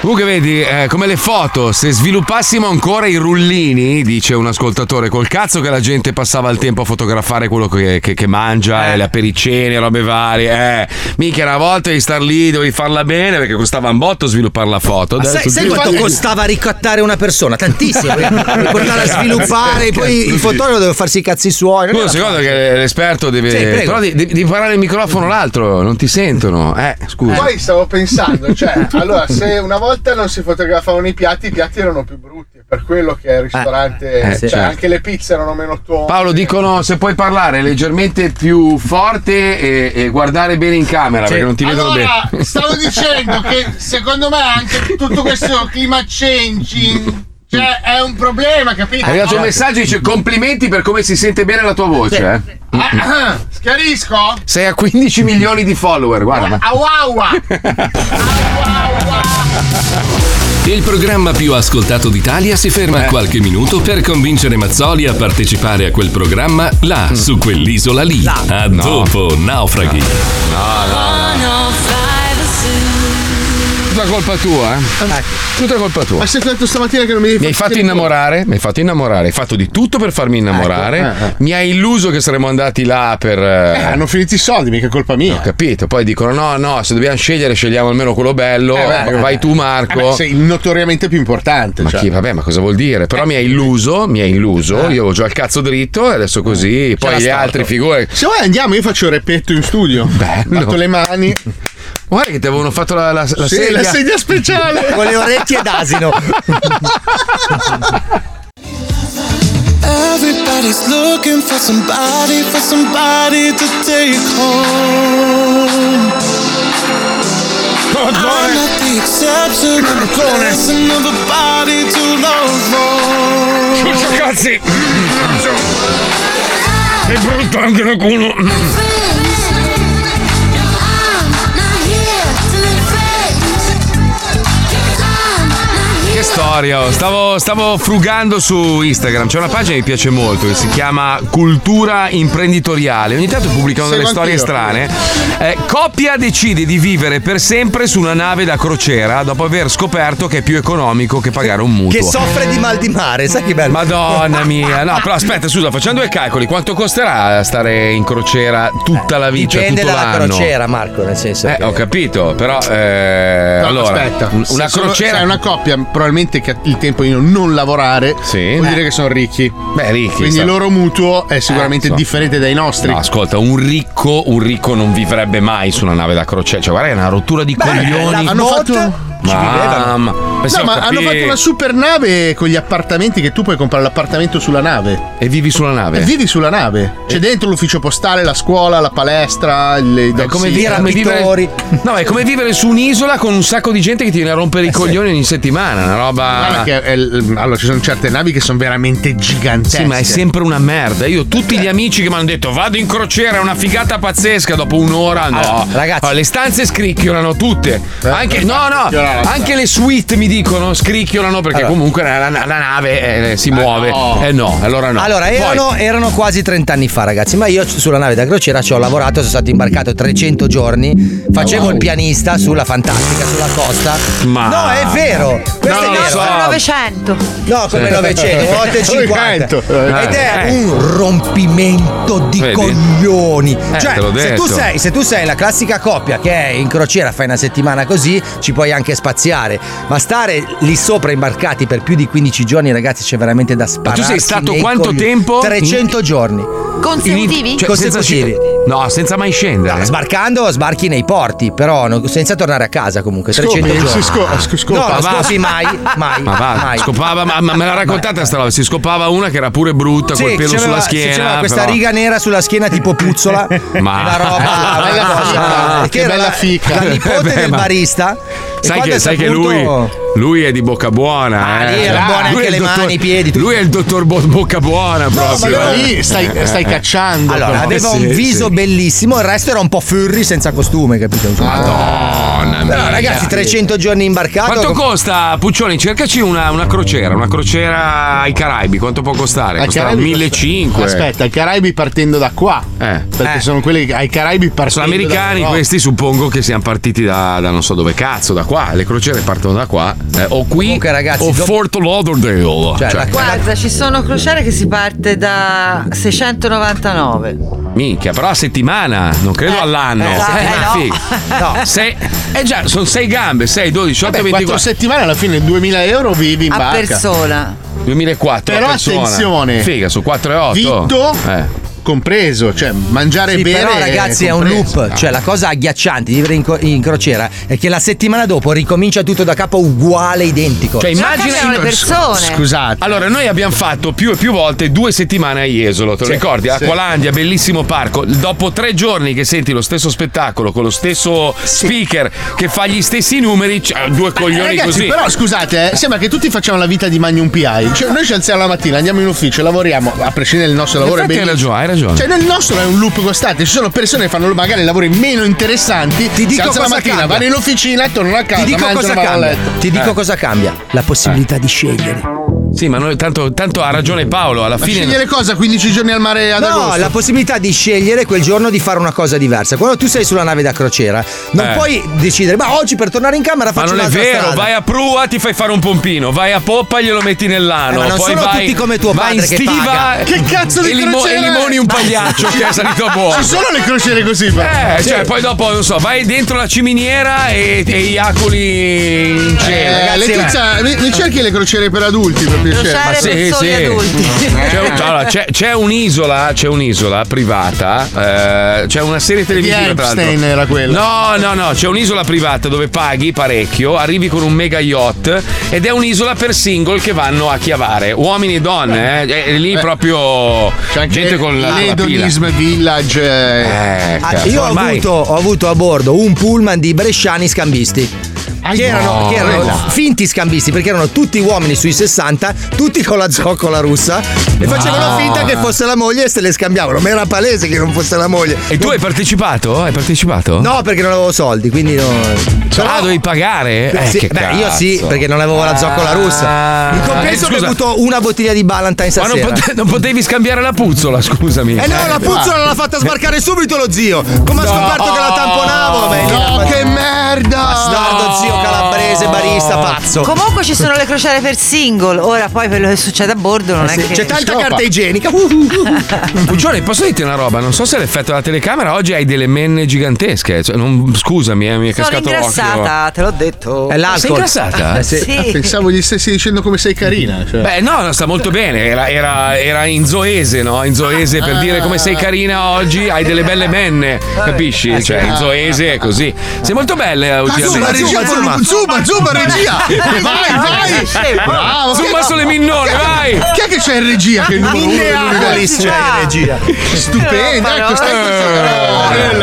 Comunque vedi, eh, come le foto, se sviluppassimo ancora i rullini, dice un ascoltatore, col cazzo che la gente passava il tempo a fotografare quello che, che- che Eh. mangia, e le apericene, robe varie, eh. Mica una volta di star lì, dovevi farla bene perché costava un botto sviluppare la foto. Ma sai, Adesso sai tu- quanto costava ricattare una persona? [LAUGHS] Tantissimo. Per portarla a sviluppare, [LAUGHS] poi il fotografo deve farsi i cazzi suoi. non Tu è un la secondo che l'esperto deve. Sì, prego. però devi, devi imparare il microfono l'altro, non ti sentono. Eh, scusa. Poi stavo pensando, cioè, allora, se una volta non si fotografavano i piatti, i piatti erano più brutti. per quello che è il ristorante, eh, cioè certo. anche le pizze erano meno tuone. Paolo dicono se puoi parlare leggermente più forte e, e guardare bene in camera perché non ti vedono Allora, bene. [LAUGHS] stavo dicendo [LAUGHS] che secondo me anche tutto questo climate changing cioè, è un problema, È capito? arrivato un messaggio dice complimenti per come si sente bene la tua voce. eh. Ah, ah, Chiarisco? Sei a 15 milioni di follower, guarda. ma- Awawa! Il programma più ascoltato d'Italia si ferma a qualche minuto per convincere Mazzoli a partecipare a quel programma là, su quell'isola lì. A No. dopo, naufraghi. Tutta colpa tua, eh? Tutta colpa tua. Ah. Ma se ti ho detto stamattina che non mi devi Mi hai fatto innamorare, mi hai fatto innamorare, hai fatto di tutto per farmi innamorare, Ecco, eh, eh. mi hai illuso che saremmo andati là per... Eh, hanno finito i soldi, mica colpa mia. Ho capito, poi dicono no, no, se dobbiamo scegliere scegliamo almeno quello bello, Eh, beh, vai tu Marco. eh, beh, sei notoriamente più importante. Ma cioè. Eh. chi, vabbè, ma cosa vuol dire? Però mi ha illuso, mi ha illuso, io avevo già il cazzo dritto e adesso così, poi la gli storto. altri figure... Se vuoi andiamo, io faccio il repetto in studio. Bello. Batto le mani. Guarda che ti avevano fatto la, la, la Sì, sedia. la sedia speciale. [LAUGHS] Con le orecchie d'asino. Everybody's looking for somebody, for somebody to take home. I'm not the exception, I'm the blessing of a body to love more. Cazzi! È brutto anche il culo! Che storia, oh. stavo, stavo frugando su Instagram, c'è una pagina che mi piace molto, che si chiama Cultura Imprenditoriale, ogni tanto pubblicano delle Seguo storie anch'io. strane. Eh, coppia decide di vivere per sempre su una nave da crociera dopo aver scoperto che è più economico che pagare un mutuo. Che soffre di mal di mare, sai che bello? [LAUGHS] Madonna mia, no, però aspetta, scusa, facendo i calcoli, quanto costerà stare in crociera tutta la vita? Dipende Cioè, tutto dalla l'anno? crociera, Marco, nel senso. Eh, ho capito, però eh, No, allora, aspetta, un- una se sono- crociera se è una coppia probabilmente che ha il tempo di non lavorare, vuol dire che sono ricchi. Beh, ricchi. Quindi sta- il loro mutuo è sicuramente Eh, so. differente dai nostri. No, ascolta, un ricco, un ricco non vivrebbe mai su una nave da crociera. Cioè, guarda, è una rottura di coglioni. hanno fatto Mamma. No, ma hanno fatto una super nave con gli appartamenti che tu puoi comprare l'appartamento sulla nave. E vivi sulla nave? E vivi sulla nave. C'è dentro l'ufficio postale, la scuola, la palestra, il È Eh, come, vivere- come vivere, no, è come vivere su un'isola con un sacco di gente che ti viene a rompere i coglioni ogni settimana. Una roba. Guarda che è il- allora, ci sono certe navi che sono veramente gigantesche. Sì, ma è sempre una merda. Io, tutti gli amici che mi hanno detto vado in crociera, è una figata pazzesca. Dopo un'ora, no. Allora, ragazzi. Oh, le stanze scricchiolano tutte. Anche, no, no, scricchiolano. anche le suite mi dicono scricchiolano perché Allora. comunque la, la- la nave eh, si muove. no. Eh no, allora no. Allora, Poi- erano, erano quasi 30 anni fa, ragazzi, ma io sulla nave da crociera ci ho lavorato, sono stato imbarcato 300 giorni, facevo il pianista sulla Fantastica, sulla costa. Ma- No, è vero! Questo No, è vero. sono 900. No, come [LAUGHS] Sì. 900, volte 50. Eh, Ed è eh. un rompimento di Vedi? coglioni. Eh, cioè, te l'ho se, detto. tu sei, se tu sei la classica coppia che è in crociera, fai una settimana così, ci puoi anche spaziare. Ma stare lì sopra imbarcati per più di 15 giorni, ragazzi, c'è veramente da Ma sparare. tu sei stato quanto tempo? 300 giorni. Consecutivi? Cioè, consecutivi. no, senza mai scendere. sbarcando sbarchi nei porti, però no- senza tornare a casa comunque. 300 Scopi, giorni. si sco- sc- scopa, no, non va. scopi mai, mai. Ma va, mai. scopava, ma, ma me l'ha raccontata sta roba. Si scopava una che era pure brutta, Sì, col pelo c'aveva- sulla sì, schiena. c'aveva questa però- riga nera sulla schiena tipo [LAUGHS] puzzola. Ma- Una roba. una Bella fica, [LAUGHS] cosa, che bella la- fica. [LAUGHS] Eh, La nipote Beh, del ma- barista. e Sai quando che, è sai che saputo- lui, lui è di bocca buona. eh. lì era Cioè, buona lui anche è il le mani, i piedi, tutto. Lui è il dottor Bo- Bocca Buona proprio. allora- eh. lì stai- stai cacciando, Allora, però. aveva Sì, un sì. viso bellissimo, il resto era un po' furry senza costume, capito? Insomma. Madonna mia. Però, ragazzi, 300 giorni imbarcato. Quanto com- costa, Puccioni? Cercaci una, una crociera, una crociera ai Caraibi. Quanto può costare? Ai Costerà Caraibi 1500. Aspetta, i Caraibi partendo da qua. Perché Eh. sono quelli che- ai Caraibi partendo Sono americani da qua. questi, suppongo che siano partiti da, da non so dove cazzo, da qua. Le crociere partono da qua. eh, o qui, o dopo- Fort Lauderdale. Cioè, Guarda, ci sono crociere che si parte da 699. Minchia, però a settimana, non credo all'anno. eh, sì, eh, [LAUGHS] no. No. Se, eh già, sono 6 gambe, 6, 12, 8, Vabbè, 24. quattro settimane alla fine 2000 euro vivi in A barca. persona. 2004 Però persona. attenzione. Figa, su 4 e 8. Vitto Eh. compreso, cioè mangiare Sì, e bere. però ragazzi è un compreso. loop, Ah. cioè la cosa agghiacciante di vivere in, co- in crociera è che la settimana dopo ricomincia tutto da capo uguale, Certo. identico. Cioè, immagina Scusate. Allora, noi abbiamo fatto più e più volte due settimane a Jesolo, te lo Sì, ricordi? sì. Acqualandia, bellissimo parco. Dopo tre giorni che senti lo stesso spettacolo con lo stesso speaker che fa gli stessi numeri, cioè, due coglioni Ragazzi, così. però scusate, eh, sembra che tutti facciamo la vita di Magnum PI. Cioè, noi ci alziamo la mattina, andiamo in ufficio, lavoriamo, a prescindere dal nostro lavoro. è Infatti hai bellissimo. ragione, hai ragione. Cioè, nel nostro è un loop costante. Ci sono persone che fanno magari lavori meno interessanti. Ti dico la cosa mattina, cambia. vanno in officina, tornano a casa, Ti dico mangiano, cosa vanno a cambia. letto. Eh. Ti Eh. dico cosa cambia. La possibilità di scegliere. Sì, ma noi tanto, tanto ha ragione Paolo, alla Ma fine. scegliere cosa? 15 giorni al mare ad no, agosto? la possibilità di scegliere quel giorno di fare una cosa diversa. Quando tu sei sulla nave da crociera, non Eh. puoi decidere, ma oggi per tornare in camera Ma faccio non è un'altra vero, strada. vai a prua, ti fai fare un pompino, vai a poppa, glielo metti nell'ano. Eh, ma non poi sono vai, tutti come tuo vai in padre che stiva, paga. Che cazzo di e limo- crociera e è? limoni un Basta. pagliaccio che è salito a buono. Ci sono le crociere così, però. Eh, cioè, poi dopo, non so, vai dentro la ciminiera e, e iacoli in cielo. Eh, Cioè, Ragazzi, Letizia, mi, mi cerchi le crociere per adulti per piacere? Cioè, Ma sì, sì. Eh. [LAUGHS] C'è, un- allora, c'è- c'è un'isola, c'è un'isola privata, eh, c'è una serie televisiva tra l'altro. Epstein era quella. No, no, no, c'è un'isola privata dove paghi parecchio, arrivi con un mega yacht ed è un'isola per single che vanno a chiavare, uomini e donne, eh, è lì proprio gente con la, la pila. L'Edonism Village. eh. Ah, Certo. io ho avuto, ho avuto a bordo un pullman di bresciani scambisti. Che erano, no, che erano no. finti scambisti perché erano tutti uomini sui 60, tutti con la zoccola russa e No. facevano finta che fosse la moglie e se le scambiavano. Ma era palese che non fosse la moglie. E tu hai partecipato? Hai partecipato? No, perché non avevo soldi, quindi no. Ah, dovevi pagare? Eh, Sì, che beh, cazzo. Ah. io sì, perché non avevo la zoccola russa. In compenso Eh, ho scusa. bevuto una bottiglia di Ballantine Ma non, stasera. pote- non potevi scambiare la puzzola, scusami. eh, Eh no, la puzzola l'ha fatta sbarcare subito lo zio. Come ha scoperto che la tamponavo? Beh, No, che merda! Bastardo zio calabrese, barista, Oh. pazzo. Comunque ci sono le crociere per single. Ora poi quello che succede a bordo non Eh è sì, che. c'è tanta Scopa. carta igienica. [LAUGHS] Puccione, posso dirti una roba? Non so se l'effetto della telecamera oggi hai delle menne gigantesche. Cioè, non- scusami, eh, mi è Sono cascato l'occhio. ingrassata, te l'ho detto. È l'alcol. Sei ingrassata? Eh, sì. Sì. Pensavo gli stessi dicendo come sei carina. Cioè. Beh, no, no, sta molto bene. Era, era- era in zoese, no? In zoese per dire come sei carina oggi, hai delle belle menne. Capisci? Cioè, in zoese è così. Sei molto belle eh, Zuma, ultimamente. zuma, zuma, zuma, zuma, regia! Vai, vai! Bravo, Zuma che- sulle minnone, Chi è che- vai! Chi è che c'è in regia? Che il numero uno Minneapolis dell'universo? c'è regia. Stupendo, ecco, stai Eh,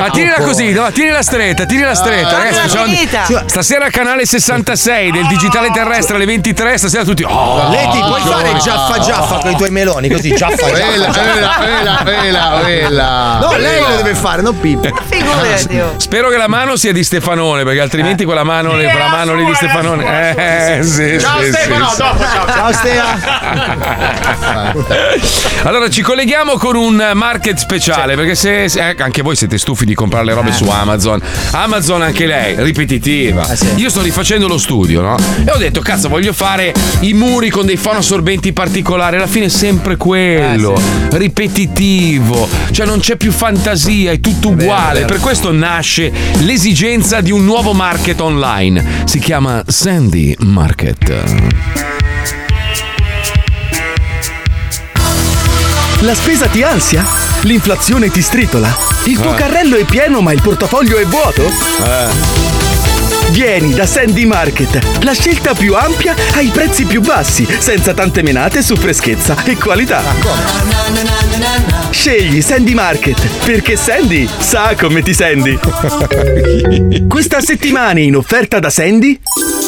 Ma tirala così, no, tirala stretta, tirala stretta. Ah, Ragazzi, fammela facciamo- finita. Ah. stasera canale 66 del digitale terrestre alle 23, stasera tutti. Oh, Leti, puoi Giovanni. fare giaffa giaffa con i tuoi meloni così, giaffa giaffa. Vela, vela, vela, vela, vela. No, lei lo deve fare, non [LAUGHS] Pippo. oh. Spero che la mano sia di Stefanone, perché Eh. altrimenti quella mano, quella mano lì di Stefanone. Eh, sì, Ciao sì, Stefano, sì, sì. dopo ciao. Ciao Stea. [LAUGHS] Allora ci colleghiamo con un market speciale perché se, se- eh, anche voi siete stufi di comprare le robe su Amazon, Amazon anche lei ripetitiva. Io sto rifacendo lo studio, no? E ho detto cazzo, voglio fare i muri con dei fonosorbenti particolari, alla fine è sempre quello, ripetitivo, cioè non c'è più fantasia, è tutto uguale. vero. Per questo nasce l'esigenza di un nuovo market online. Si chiama Sandy Market. La spesa ti ansia? L'inflazione ti stritola? Il tuo Eh. carrello è pieno ma il portafoglio è vuoto? Vieni da Sandy Market, la scelta più ampia ai prezzi più bassi, senza tante menate su freschezza e qualità. Scegli Sandy Market, perché Sandy sa come ti senti. Questa settimana in offerta da Sandy,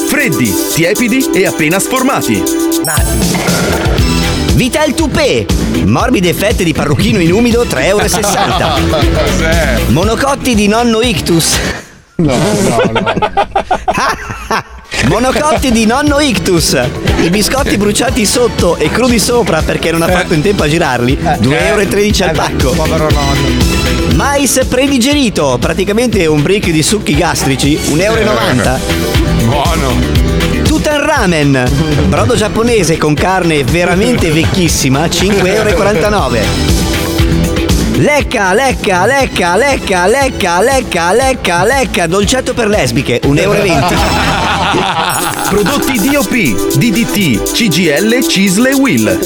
freddi, tiepidi e [LAUGHS] appena sformati. Vital Toupé, morbide fette di parrucchino in umido 3,60 Cos'è? Monocotti di nonno Ictus. No, no, no. [LAUGHS] Monocotti di nonno Ictus. I biscotti bruciati sotto e crudi sopra perché non ha fatto in tempo a girarli. 2,13 euro al pacco. Eh. Povero nonno. Mais predigerito, praticamente un brick di succhi gastrici, 1,90 Buono. Tutanramen, brodo giapponese con carne veramente vecchissima, 5,49 Lecca, lecca, lecca, lecca, lecca, lecca, lecca, lecca, dolcetto per lesbiche, 1,20 Prodotti DOP, DDT, CGL, Cisle e Will.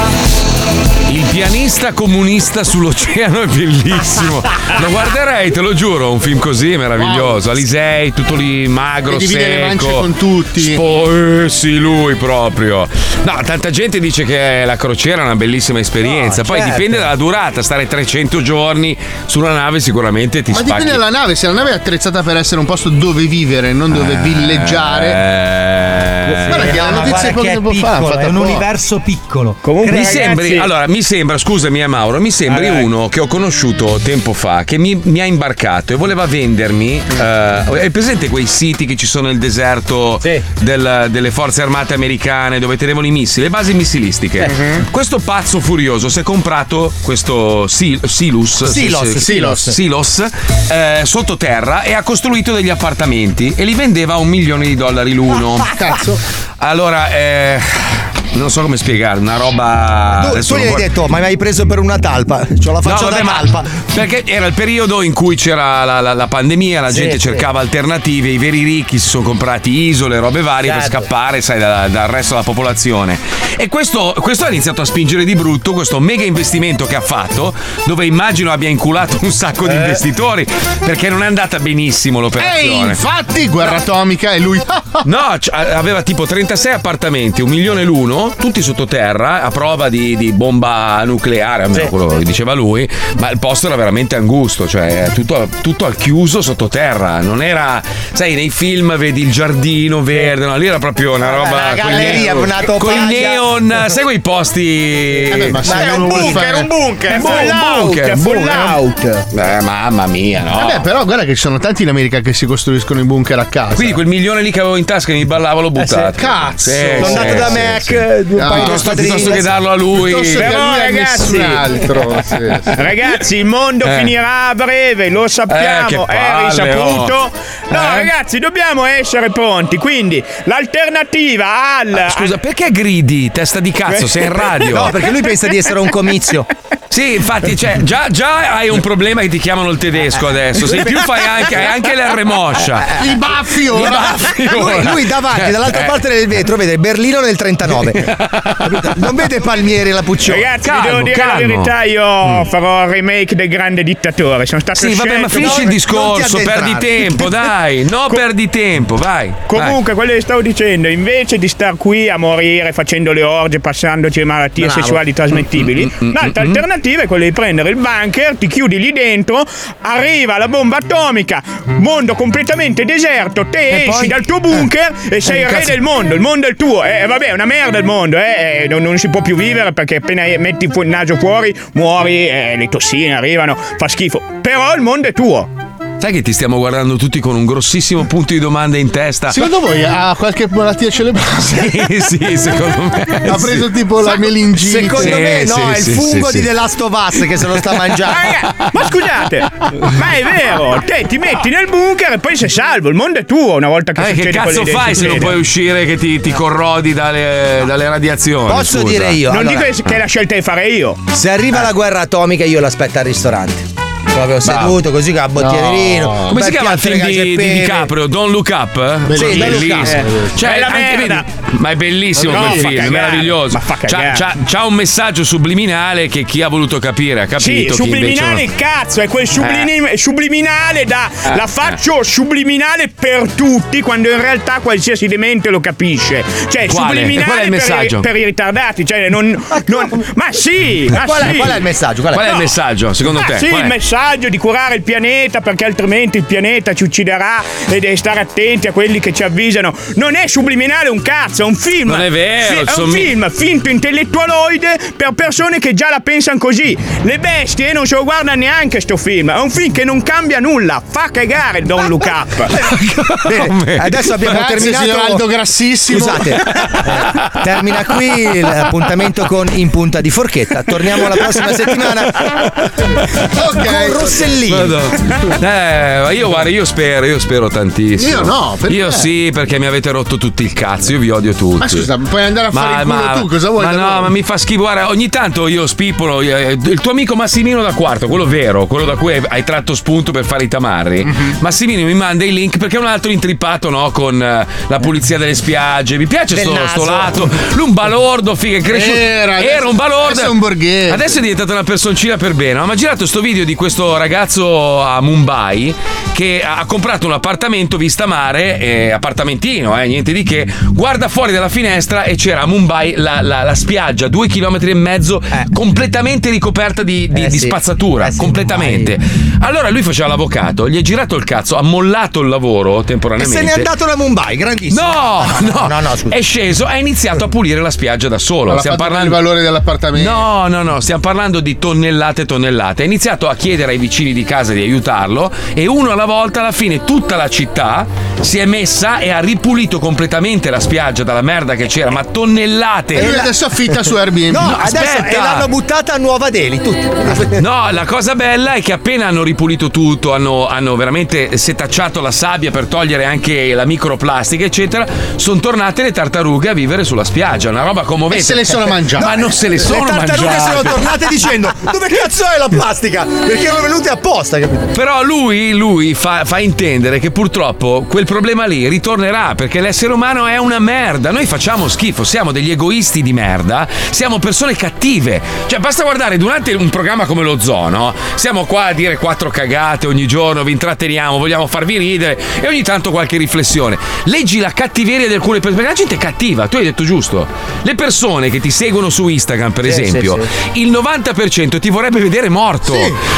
Il pianista comunista sull'oceano è [LAUGHS] bellissimo. Lo guarderei, te lo giuro, un film così meraviglioso. Alisei, tutto lì magro, E divide le mance secco. con tutti. Spo- eh, sì, lui proprio. No, tanta gente dice che la crociera è una bellissima esperienza. No, Poi certo. dipende dalla durata, stare 300 giorni su una nave sicuramente ti Ma spacchi. dipende dalla nave, se la nave è attrezzata per essere un posto dove vivere, non dove villeggiare. Eh, Guarda che la Ma guarda notizia poco che è tempo fa, piccolo, fatta è un poco. universo piccolo. Comunque, mi sembri, allora, mi sembra, scusami a Mauro, mi sembri Vai, vai. uno che ho conosciuto tempo fa che mi, mi ha imbarcato e voleva vendermi. eh, è presente quei siti che ci sono nel deserto del- delle forze armate americane dove tenevano i missili, le basi missilistiche? Mhm. Questo pazzo furioso si è comprato questo Sil- Silus Silos, sì, sì, Silos. Silos, eh, sottoterra e ha costruito degli appartamenti e li vendeva a un milione di dollari [LAUGHS] l'uno. Cazzo. Allora, eh, non so come spiegare, una roba. Tu, tu adesso gli non hai vuoi- detto, ma mi hai preso per una talpa? C'ho la faccia No, da vabbè, ma- talpa. Perché era il periodo in cui c'era la, la- la pandemia, la Sì, gente sì. cercava alternative, i veri ricchi si sono comprati isole, robe varie per Certo. scappare, sai, da- dal resto della popolazione. E questo, questo ha iniziato a spingere di brutto questo mega investimento che ha fatto, dove immagino abbia inculato un sacco Eh. di investitori, perché non è andata benissimo E l'operazione. infatti, guerra atomica e lui. [LAUGHS] No, c- a- aveva tipo 36 appartamenti, un milione l'uno, sottoterreno, tutti sottoterra, a prova di, di bomba nucleare, almeno quello che diceva lui, ma il posto era veramente angusto, cioè tutto, tutto al chiuso sottoterra, non era, sai, nei film vedi il giardino verde, no, lì era proprio una roba... una coi galleria, neon- una coi topaia. neon, sai quei posti... ma se uno vuol fare- bunker, Un bu- un bunker, un bunker. Eh, mamma mia, no. Vabbè, però guarda che ci sono tanti in America che si costruiscono i bunker a casa. Quindi Ah, quel milione lì che avevo in tasca che mi ballava l'ho buttato. Eh, sì. Cazzo. Sì, L'ho sì, dato da sì, Mac, sì. eh, due Ah, paio di piuttosto, spadine. piuttosto che darlo a lui. Eh, Piuttosto che Però ragazzi, [LAUGHS] ragazzi, il mondo Eh. finirà a breve, lo sappiamo, Eh, che è palle, risaputo. oh. No, Eh? ragazzi, dobbiamo essere pronti. Quindi, l'alternativa al. Ah, scusa, perché gridi, testa di cazzo? Sei in radio. [LAUGHS] No, perché lui pensa di essere [LAUGHS] un comizio. Sì, infatti, cioè, già, già hai un problema che ti chiamano il tedesco adesso. Se in più fai anche, hai anche l'R [LAUGHS] moscia. I baffi ora. Lui, lui davanti, dall'altra Eh. parte del vetro, vede Berlino nel [LAUGHS] 39. Capito? non vede Palmieri e la Puccioni. Ragazzi, vi devo dire la verità, io farò il remake del grande dittatore. Sono stato Mm. Sì, vabbè, ma scelto- finisci il discorso, perdi tempo, dai. No, perdi tempo, vai. Comunque, quello che stavo dicendo, invece di star qui a morire facendo le orge, passandoci le malattie Bravo. sessuali trasmettibili, mm, mm, l'altra alternativa è quella di prendere il bunker, ti chiudi lì dentro, arriva la bomba atomica, mondo completamente deserto, te esci dal tuo bunker Eh. e sei il re cazzo. del mondo, il mondo è il tuo. Eh, vabbè, è una merda il mondo, eh, eh, non, non si può più vivere perché appena metti fu- il naso fuori muori, eh, le tossine arrivano, fa schifo. Però il mondo è tuo. Sai che ti stiamo guardando tutti con un grossissimo punto di domanda in testa? Secondo voi ha qualche malattia cerebrale? Sì, [LAUGHS] sì, secondo me. Ha sì. preso tipo la melingite. Secondo me no, è il fungo di The della Last of Us che se lo sta [LAUGHS] mangiando. Eh, Ma scusate, ma è vero, te ti metti nel bunker e poi sei salvo, il mondo è tuo una volta che Eh, succede che cazzo quello che fai se non succede. puoi uscire che ti, ti corrodi dalle, dalle radiazioni? scusa? Eh. Non dico che è la scelta di fare io. Se arriva la guerra atomica, io l'aspetto al ristorante. Proprio seduto così con la bottiglia di vino. Come si bel chiama piatto il film cacio e di, di pepe. DiCaprio? Don't Look Up? Bellissimo. bellissimo. Eh, Cioè, bella anche merda. lì- ma è bellissimo No, quel fa film, cagare, è meraviglioso. ma fa C'ha, cagare. c'ha- c'ha un messaggio subliminale che chi ha voluto capire ha capito. Sì, chi invece non- subliminale cazzo, è quel sublini- subliminale da Eh, la faccio subliminale per tutti quando in realtà qualsiasi demente lo capisce. Cioè, Quale? subliminale Qual è il per i- messaggio? Per, i ritardati, cioè non, non- ma sì, ma Qual è- sì. qual è il messaggio? Qual è, il No. messaggio secondo Ah, te? Sì, Qual il è? messaggio di curare il pianeta perché altrimenti il pianeta ci ucciderà e devi stare attenti a quelli che ci avvisano. Non è subliminale un cazzo, è un film. Non è vero, Fi- è un insomma- film finto intellettualoide per persone che già la pensano così. Le bestie non se lo guardano neanche sto film. È un film che non cambia nulla. Fa cagare il Don Look [LAUGHS] Up. Bene, Eh, adesso abbiamo Grazie, terminato. signor Aldo Grassissimo. Scusate, eh, termina qui l'appuntamento con In Punta di Forchetta. Torniamo la prossima settimana con Rossellini. Madonna. Eh, io guarda, io spero, io spero tantissimo. Io no, perché? Io sì, perché mi avete rotto tutti il cazzo, io vi odio tutti. Ma scusa, puoi andare a fare il culo tu, cosa vuoi Ma da no, noi? ma mi fa schifo. Guarda, ogni tanto io spipolo. eh, Il tuo amico Massimino da quarto, quello vero, quello da cui hai- hai tratto spunto per fare i tamarri. Mhm. Massimino mi manda i link perché è un altro intrippato, no? Con eh, la pulizia delle spiagge. Mi piace Del sto, sto naso. lato. Lui un balordo, figa, è cresciuto. Era, adesso- un balordo. adesso è un borghese. Adesso è diventata una personcina per bene. no? Ma ha girato sto video di questo ragazzo a Mumbai che ha ha comprato un appartamento vista mare, eh, appartamentino, eh, niente di che. Guarda fuori dalla finestra e c'era a Mumbai la, la- la spiaggia, due chilometri e mezzo, completamente ricoperta di, di- Eh di sì. spazzatura. completamente. Allora lui faceva l'avvocato, gli è girato il cazzo, ha mollato il lavoro E temporaneamente. se n'è andato da Mumbai, grandissimo. No, no, no, no, scusa. È sceso, ha iniziato a pulire la spiaggia da solo. L'ha Stiamo fatto per parlando il valore dell'appartamento. No, no, no, stiamo parlando di tonnellate e tonnellate. Ha iniziato a chiedere ai vicini di casa di aiutarlo e uno alla volta, alla fine, tutta la città si è messa e ha ripulito completamente la spiaggia dalla merda che c'era, ma tonnellate. E lui adesso affitta su Airbnb. No, adesso e l'hanno buttata a Nuova Delhi. Tutti. No, la cosa bella è che appena hanno ripulito tutto, hanno, hanno veramente setacciato la sabbia per togliere anche la microplastica, eccetera, sono tornate le tartarughe a vivere sulla spiaggia, una roba commovente. E se [LAUGHS] le sono mangiate. Ma non se le sono Le mangiate. tartarughe sono tornate dicendo: Dove cazzo è la plastica? Perché non sono venute apposta, capito? Però lui, lui fa, fa intendere che purtroppo quel problema lì ritornerà perché l'essere umano è una merda. Noi facciamo schifo, siamo degli egoisti di merda, siamo persone cattive. Cioè, basta guardare durante un programma come lo zoo, no? Siamo qua a dire quattro cagate ogni giorno, vi intratteniamo, vogliamo farvi ridere e ogni tanto qualche riflessione. Leggi la cattiveria di alcune persone, perché la gente è cattiva, tu hai detto giusto. Le persone che ti seguono su Instagram, per Sì, esempio, sì, sì. il 90% ti vorrebbe vedere morto.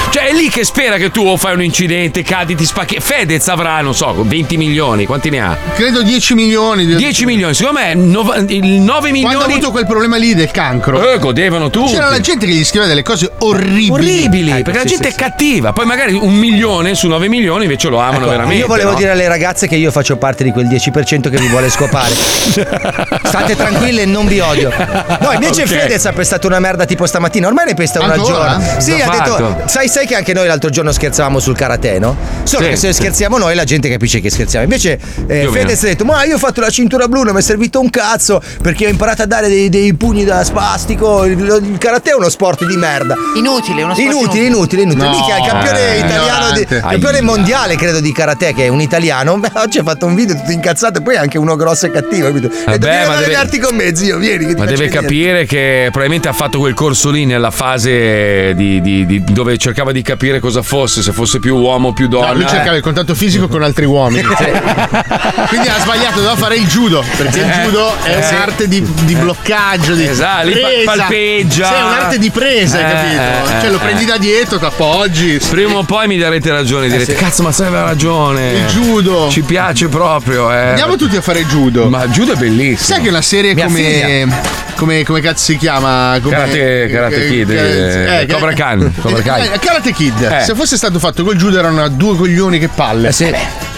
Cioè è lì che spera che tu o fai un incidente, cadi, ti spacchi. Fedez avrà, non so, 20 milioni, quanti ne ha? Credo 10 milioni. 10 milioni, secondo me nova- il 9 milioni. Quando ha avuto quel problema lì del cancro. Eh, godevano tutti. C'era la gente che gli scriveva delle cose orribili. Orribili, perché la gente è cattiva. Poi magari un milione su 9 milioni invece lo amano Ecco, veramente. io volevo no? dire alle ragazze che io faccio parte di quel 10% che vi vuole [LAUGHS] scopare. State tranquille, non vi odio. No, invece Ok. Fedez ha pestato una merda tipo stamattina, ormai ne pesta una al Ancora? giorno. Sì, Cosa ha ha detto. fatto? Sai, sai che anche noi l'altro giorno scherzavamo sul karate, no? Solo Sì, che se sì. scherziamo noi la gente capisce che scherziamo. Invece eh, Più o meno. Fedez ha detto: Ma io ho fatto la cintura blu, non mi è servito un cazzo perché ho imparato a dare dei, dei pugni da spastico. Il, il karate è uno sport di merda. Inutile, uno sport Inutile, inutile, inutile. No, Mica, il campione eh, italiano, di- ignorante. campione Aia. mondiale, credo, di karate, che è un italiano. Beh, oggi ha fatto un video tutto incazzato e poi anche uno grosso e cattivo. Capito? E Vabbè, detto, vieni Eh ma ad deve- allenarti con me, zio, vieni. Che ti Ma faccio deve vedere." capire che probabilmente ha fatto quel corso lì nella fase di, di- di- dove cercava di capire cosa fosse, se fosse più uomo o più donna. No, lui cercava il contatto fisico con altri uomini. Quindi ha sbagliato, doveva fare il judo. Perché il Eh, judo è eh, sì. un'arte di, di bloccaggio, di Esatto, lì pa- presa. palpeggia. Sì, è un'arte di presa, hai Eh, capito? eh, cioè lo eh. prendi da dietro, ti appoggi. Eh, Prima o poi mi darete ragione, direte sì. cazzo ma sai aveva ragione. Il judo. Ci piace proprio, eh. Andiamo tutti a fare judo. Ma judo è bellissimo. Sai che una serie Mia come, figlia. come. come cazzo si chiama? Come, Karate- Karate Kid, eh, Cobra Khan, Cobra Khan. eh, Karate Kid. Eh. Se fosse stato fatto col judo erano a due coglioni che palle.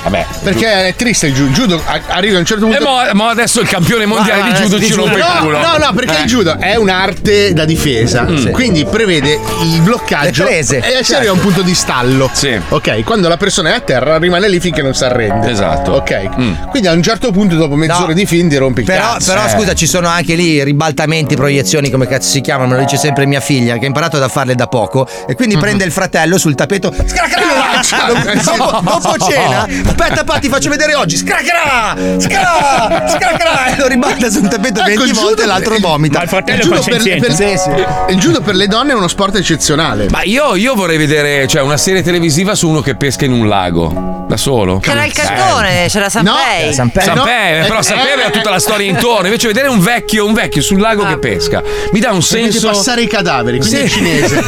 Vabbè. Perché è triste il judo. Il judo a- arriva a un certo punto. E mo, mo adesso il campione mondiale Ma- eh, di judo ci rompe il no, culo. No, no, perché Eh. il judo è un'arte da difesa. Mm. Sì. Quindi prevede il bloccaggio Le prese. e si Certo. arriva a un punto di stallo. Ok, quando la persona è a terra rimane lì finché non si arrende. Esatto. Ok. Quindi a un certo punto dopo mezz'ora di film ti rompi il Però, cazzo. però Eh. scusa, ci sono anche lì ribaltamenti, proiezioni, come cazzo si chiamano, me lo dice sempre mia figlia, che ha imparato a farle da poco. E Mm-hmm. quindi prende il fratello sul tappeto. [LAUGHS] Scraccherà! Eh, [LAUGHS] dopo, dopo cena, aspetta, pa, ti faccio vedere oggi. Scraccherà! Scraccherà! Scraccherà! E lo ribalta sul tappeto Ecco, 20 volte e l'altro vomita. il judo, per, per- il judo per le donne è uno sport eccezionale. Ma io, io vorrei vedere cioè, una serie televisiva su uno che pesca in un lago. Da solo. Eh. C'era il cartone, c'era Sanpei. Sapere, Eh, Eh. però sapere ha tutta la storia intorno. Invece vedere un vecchio, un vecchio sul lago che pesca. Mi dà un Deve senso. passare i cadaveri, [LAUGHS] Sì. [LAUGHS] quindi è cinese.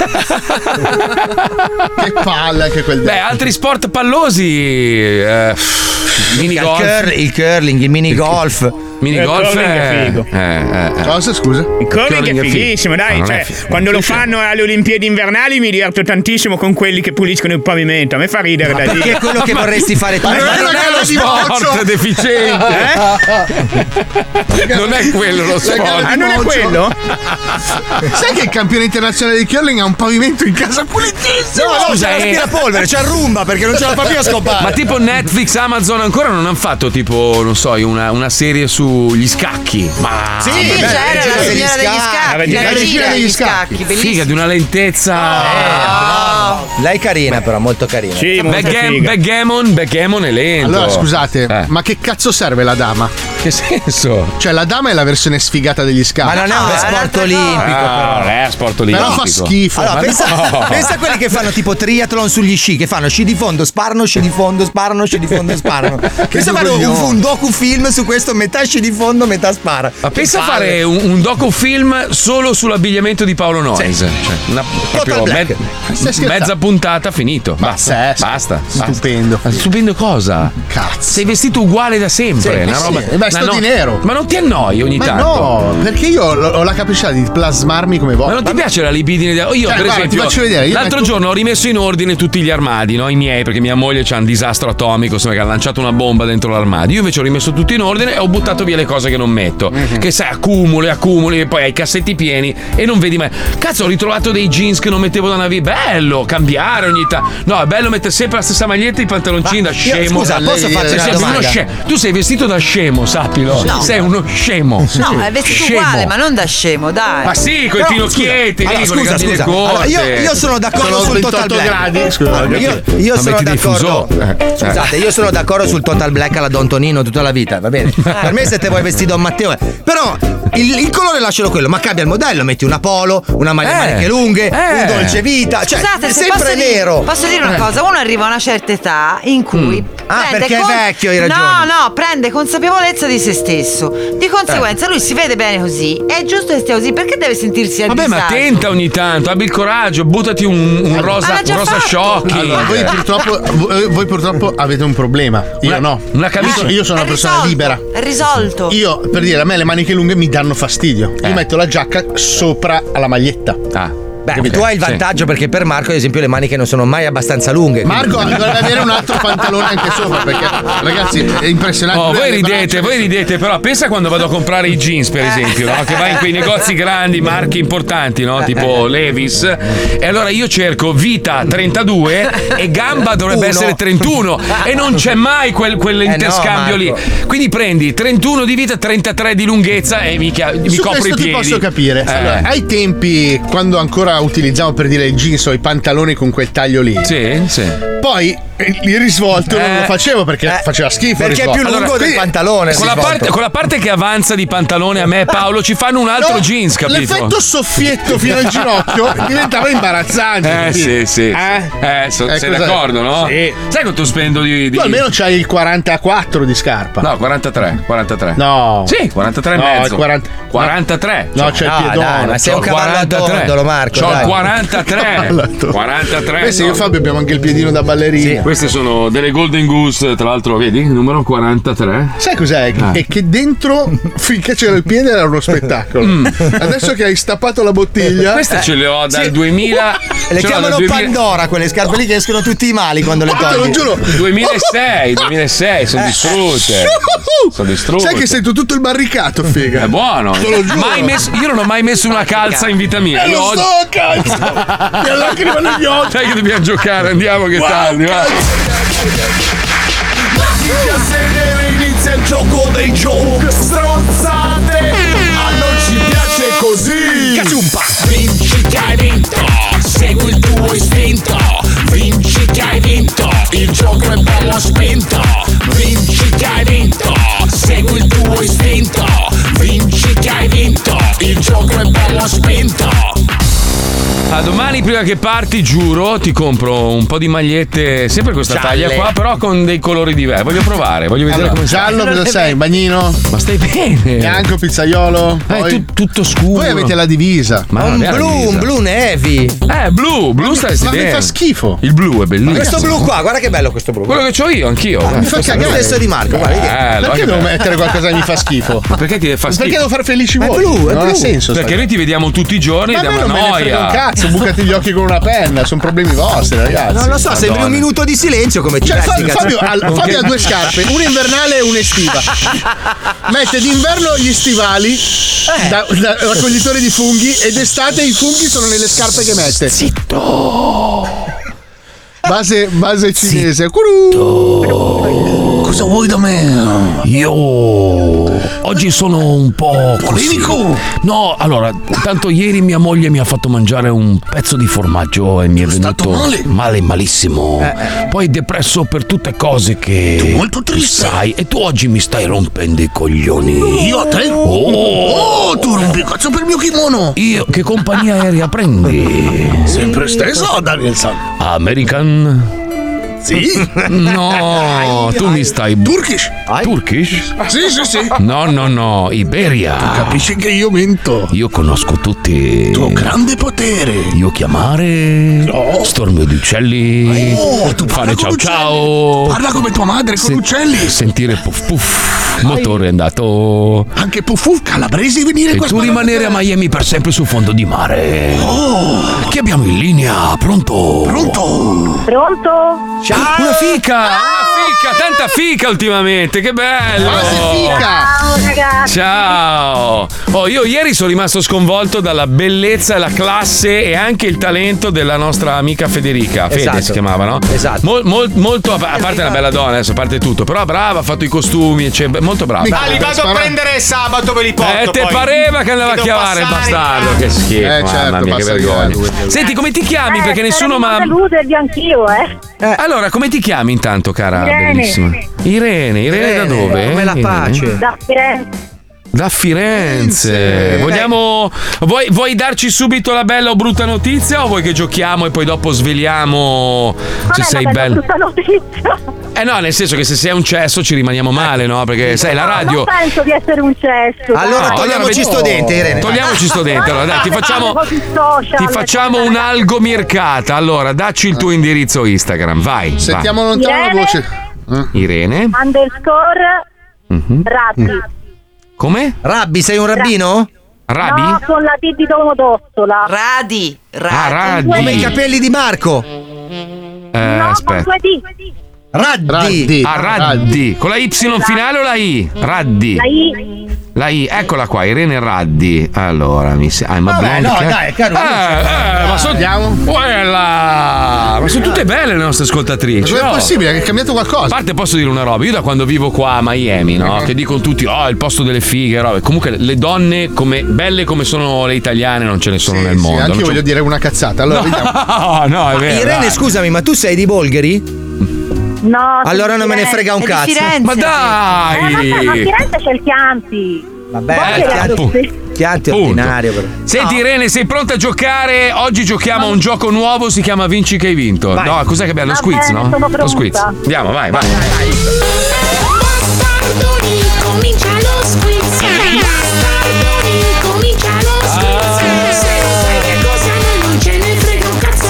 che palla anche quel Beh, altri sport pallosi. eh, mini Il golf. curl- il curling, il mini golf. Mini Il golf curling è è. figo. eh, eh. Cosa scusa? Il curling è fighissimo, Ah, dai. Ma non cioè, è figo. quando lo Sì, sì. fanno alle Olimpiadi invernali mi diverto tantissimo con quelli che puliscono il pavimento. A me fa ridere Ma da Ah, perché è quello che [LAUGHS] Ma- vorresti fare tu? Ma non è Ma non è una lo gara di sport [LAUGHS] boccio. deficiente. Non è quello lo sport. Ah, non è quello? Eh? [LAUGHS] Sai che il campione internazionale di curling ha un pavimento in casa pulitissimo? No, no, Oh, c'è la eh. aspirapolvere, c'è il rumba perché non ce la fa [LAUGHS] più a scopare. Ma tipo Netflix, Amazon ancora non hanno fatto tipo, non so, una, una serie sugli scacchi. Ma Sì, Beh, c'era la cioè, signora degli la scacchi. regina La regina degli scacchi, Figa bellissimo. di una lentezza. Eh, Lei è Ah, carina, però, molto carina. Sì, molto Backgam- figa. backgammon, backgammon è lento. Allora scusate, Eh. ma che cazzo serve la dama? Che senso? Cioè la dama è la versione sfigata degli scacchi. Ma non è un sport olimpico. però. Ah, non è sport Però fa olimpico. schifo. Allora, Ma [LAUGHS] pensa, [LAUGHS] no. pensa a quelli che fanno tipo triathlon sugli sci, che fanno sci di fondo, sparano, sci di fondo, sparano, sci di fondo, [LAUGHS] sparano. Pensa a fare un, coglioni. un docufilm su questo, metà sci di fondo, metà spara. Ma pensa a fare un, un docufilm solo sull'abbigliamento di Paolo Noyes. Cioè, una proprio Black. me- Stai scherzando? mezza esatto. puntata, finito. Basta. Basta. Stupendo. Stupendo cosa? Cazzo. Sei vestito uguale da sempre. Sì, una sì. roba. Eh beh, sto una di nero. Ma non ti annoi ogni Ma tanto? no, perché io ho ho la capacità di plasmarmi come voglio. Ma non ti piace la libidine? Io, Cioè, per guarda, ti esempio, faccio vedere, io l'altro metto- giorno ho rimesso in ordine tutti gli armadi, no? i miei, perché mia moglie c'ha un disastro atomico, insomma, che ha lanciato una bomba dentro l'armadio. Io invece ho rimesso tutto in ordine e ho buttato via le cose che non metto. Mhm. Che sai, accumuli, accumuli, e poi hai i cassetti pieni e non vedi mai. Cazzo, ho ritrovato dei jeans che non mettevo da una vita. Bello, cambiare ogni tanto. No, è bello mettere sempre la stessa maglietta e i pantaloncini Ma da io- scemo. scusa, posso Sei farti una sempre uno domanda? scemo. Tu sei vestito da scemo, sappilo. No. Sei uno scemo. No, eh, è vestito Scemo. uguale, ma non da scemo, dai. Ma sì, coi Però, finocchietti, scusa, lì, allora, con le scusa, gambine scusa. corte. Allora, io, io sono d'accordo Sono sul total 28 black. gradi, scusa, Allora, ragazzi. io io Ma sono metti d'accordo. diffusore. Eh, eh. Scusate, io sono d'accordo sul total black alla Don Tonino tutta la vita, va bene. Per me se te vuoi vestito a Matteo. eh. Però il, il colore lascialo quello, ma cambia il modello, metti una polo, una maglia Eh. maniche lunghe, Eh. un dolce vita, cioè Scusate, se sempre posso dire- nero. posso dire una Eh. cosa? Uno arriva a una certa età in cui. Ah, prende perché è vecchio, hai ragione. No, no, prende consapevolezza di se stesso. Di conseguenza, lui si vede bene così. È giusto che stia così, perché deve sentirsi a Vabbè, ma disagio? tenta ogni tanto, abbi il coraggio, buttati un, un rosa, l'ha già un rosa fatto. sciocchi. Allora, voi, purtroppo, eh, voi- voi [LAUGHS] purtroppo avete un problema. Io Una- no. una camicia- Io, io sono È una persona risolto, libera. È risolto. Io, per dire, a me le maniche lunghe mi danno fastidio. Eh. Io metto la giacca sopra alla maglietta. Ah. Beh, tu hai il vantaggio perché per Marco, ad esempio, le maniche non sono mai abbastanza lunghe. [LAUGHS] Marco quindi- dovrebbe avere un altro pantalone anche sopra perché ragazzi è impressionante. Oh, Lui ha voi le ridete, voi ridete, però pensa quando vado a comprare i jeans, per esempio, no? che vai in quei negozi grandi, marchi importanti, no? tipo Levis, e allora io cerco vita 32 e gamba dovrebbe Uno. essere 31 e non c'è mai quel, quell'interscambio Eh no, lì. Marco. Quindi prendi 31 di vita, 33 di lunghezza e mi, chia- mi Su copro i questo piedi. ti posso capire. Eh. Allora, ai tempi, quando ancora utilizzavo per dire i jeans o i pantaloni con quel taglio lì, sì, sì. poi eh, il risvolto non lo facevo perché faceva schifo. il risvolto. Allora, quindi, Con la, parte, con la parte che avanza di pantalone a me, Paolo, ci fanno un altro Ah. No, jeans, capito? L'effetto soffietto fino [LAUGHS] al ginocchio diventava imbarazzante. Eh sì, sì. Eh? Eh, so- Eh, sei cos'è? d'accordo, no? Sì. Sai quanto spendo di. di- Tu almeno c'hai il 44 di scarpa. No, 43, 43. No. Sì, 43 e No, mezzo. il 40 43. No, c'è il No, piedone. dai, ma sei un C'ho cavallo attorno, Marco, C'ho il dai. 43. Cavallo attorno. 43, Beh, Eh sì, no. io e Fabio abbiamo anche il piedino da ballerina. Queste sono delle Golden Goose, tra l'altro, vedi? Numero 43. Sai cos'è? Ah. È [LAUGHS] che dentro, finché c'era il piede, era uno spettacolo. Mm. Adesso che hai stappato la bottiglia. Eh, Queste ce le ho dal 2000. Le ce l'ho dal chiamano 2000 Pandora quelle scarpe lì che escono tutti i mali quando Ah, le togli. 2006, 2006, sono Eh. distrutte. Sono distrutte. Sai che sento tutto il barricato, figa. È buono. Te lo giuro. Mai messo- io non ho mai messo una calza in vita mia. Eh, Io lo oggi- so, cazzo! Mi ha lacrima negli occhi. Dai che dobbiamo giocare, andiamo che tardi, va. a sedere inizia il gioco dei joke Strozzate A noi ci piace così Cazumpa Vinci che hai vinto Segui il tuo istinto Vinci che hai vinto Il gioco è bello spinto Vinci che hai vinto Segui il tuo istinto Vinci che hai vinto Il gioco è bello spinto A domani prima che parti, giuro, ti compro un po' di magliette, sempre questa Gialle. taglia qua, però con dei colori diversi. Voglio provare, voglio vedere Allora, come sta. giallo cosa sei? Bagnino? Ma stai bene? Eh, Bianco, pizzaiolo? Poi- tutto scuro. Voi avete la divisa. Ma non è la divisa. nevi. Eh, blu, blu Ma stai mi- ma sedendo. mi fa schifo. Il blu è bellissimo. Questo blu qua, guarda che bello questo blu. Quello che ho io, anch'io. Eh, Ah, mi fa Questo cagare. blu. Lo stesso di Marco, guarda, vedi? Bello, Eh, Perché anche devo bello. mettere qualcosa che mi fa schifo? Ma [LAUGHS] Perché ti fa schifo? Perché devo far felici Ma è voi? blu, è non blu. ha senso. sta Perché noi ti vediamo tutti i giorni Ma a da me una non me ne frega noia. un cazzo, bucati gli occhi con una penna, sono problemi vostri, ragazzi. Eh, Non lo so, sembri un minuto di silenzio come ti Cioè, vesti, Fabio, cazzo. Fabio ha, Non Fabio che- ha due scarpe, una invernale [LAUGHS] e un'estiva. Mette d'inverno gli stivali Eh. da, da raccoglitore di funghi ed estate i funghi sono nelle scarpe che mette. Zitto! Base, base cinese. Curu. Cosa vuoi da me? Io oggi sono un po' così. Polemico? No, allora, tanto ieri mia moglie mi ha fatto mangiare un pezzo di formaggio e mi è venuto male? Eh, malissimo. Poi depresso per tutte cose che tu molto triste. sai e tu oggi mi stai rompendo i coglioni. Io a te? Oh, Oh, tu rompi il cazzo per il mio kimono! Io che compagnia aerea prendi? Sempre stessa o Danielson? American? Sì. No, [LAUGHS] tu mi stai Turkish? Ah, Turkish? Sì, sì, sì. No, no, no, Iberia. capisci che io mento. Io conosco tutti. Tuo grande potere. Io chiamare. No. Stormio di uccelli. Oh, tu parla fare ciao con ciao. Parla come tua madre con uccelli. Sentire puff puff. Motore è andato. Anche Puffù calabresi venire E qua a tu sparare rimanere a Miami per sempre sul fondo di mare. Oh! Chi abbiamo in linea? Pronto? Pronto? Pronto? Ah! Ah, Ciao! Una fica! Una fica, tanta fica ultimamente, che bello! Ciao ragazzi. Ciao! Oh, io ieri sono rimasto sconvolto dalla bellezza, la classe e anche il talento della nostra amica Federica. Fede Esatto. si chiamava, no? Esatto. molto, a a parte una bella donna, adesso a parte tutto, però brava, ha fatto i costumi, cioè, molto brava. Ah, li vado a prendere sabato, ve li porto. Eh, te poi. pareva che andava a Vedo chiavare Eh, il passare. bastardo, che schifo. Eh, mamma certo, mia, che passa di vergogna. grado, Senti, come ti chiami? Eh, Perché nessuno saremmo ma. deludervi anch'io, eh. Allora, come ti chiami intanto, cara? Irene. Bellissima. Irene, Irene, da dove? come la Irene? Da Firenze. Da Firenze. Vogliamo. Vuoi, vuoi darci subito la bella o brutta notizia? O vuoi che giochiamo e poi dopo sveliamo se sei bello? Brutta notizia. Eh no, nel senso che se sei un cesso ci rimaniamo male, no? Perché sai, la radio. Eh, Non penso di essere un cesso. No, vedi- Togliamoci sto dente, allora Ah, dai, ti facciamo. Ti facciamo un algo mircata. Allora, dacci il tuo indirizzo Instagram, vai. vai. Sentiamo lontano la voce. Irene. Underscore Mhm. Rabbi. Come? Rabbi, sei un rabbino? Rabbi? No, con la D di Domodossola. Radi. Ah, Radi. Come i capelli di Marco. Eh, Con aspetta. due D. Raddi. Ah, Raddi. Con la Y finale o la I? Raddi. Esatto. La I. La I, eccola qua, Irene Raddi. Allora, mi sa. Ah, ma Vabbè, Bianca- no, dai, caro, Eh, eh, ma sono. Quella! Ah, Ma sono tutte belle le nostre ascoltatrici. Ma com'è no? possibile? Che è cambiato qualcosa? Eh. A parte posso dire una roba, io da quando vivo qua a Miami, no? Che dicono tutti, oh, il posto delle fighe, robe. Comunque le donne come, belle come sono le italiane non ce ne sono nel mondo. anche non io c'è- voglio dire una cazzata. Allora, No. vediamo. No, no, [LAUGHS] è vero. Irene, dai. scusami, ma tu sei di Bolgheri? No. Allora sono non me ne Firenze. frega un È di cazzo. Firenze. Ma dai! Eh, ma sai, ma a Firenze c'è il Chianti. Vabbè, Bolgheri Chianti- ha tutti. Chianti è ordinario, però. Senti Irene, sei pronta a giocare? Oggi giochiamo a un gioco nuovo, si chiama Vinci che hai vinto. Vai. No, cos'è che bello? Lo Va squiz, bene, no? sono Lo pronta. squiz. Andiamo, vai, vai. Bastardoni, comincia lo squiz. Bastardoni, comincia lo squiz. Se non sai che cosa a noi non ce ne frega un cazzo.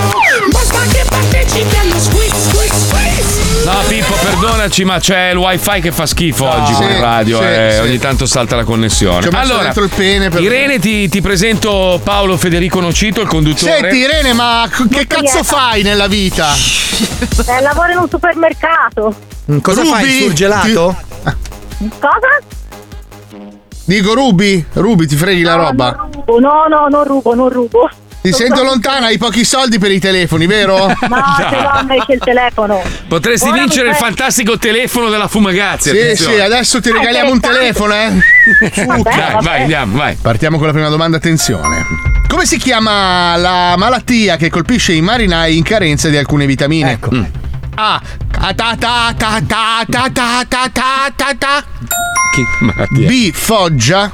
Basta che partecipi allo squiz, squiz, squiz. No, Pippo, perdonaci, ma c'è il wifi che fa schifo oggi Sì, con il radio sì, e sì. ogni tanto salta la Ci connessione. ho messo Allora, dentro il pene per- Irene, ti, ti presento Paolo Federico Nocito, il conduttore. Senti, Irene, ma c- che cazzo fai nella vita? Eh, lavoro in un supermercato. Cosa fai? Ruby? Sul gelato? Cosa? Dico Ruby, Ruby, ti freghi la roba. Rubo. No, no, non rubo, non rubo. Ti Sono sento proprio- lontana, hai pochi soldi per i telefoni, vero? [LAUGHS] No, ce l'ho invece il telefono. Potresti Ora vincere mi il fai- fantastico telefono della Fumagazzi. Sì, attenzione. sì, adesso ti Eh, regaliamo un interessante. telefono, Vabbè, eh. Dai, vabbè. vai, andiamo, vai. Partiamo con la prima domanda, attenzione. Come si chiama la malattia che colpisce i marinai in carenza di alcune vitamine? Ecco. Ah, ta ta ta ta ta ta ta ta ta ta ta. B. Foggia.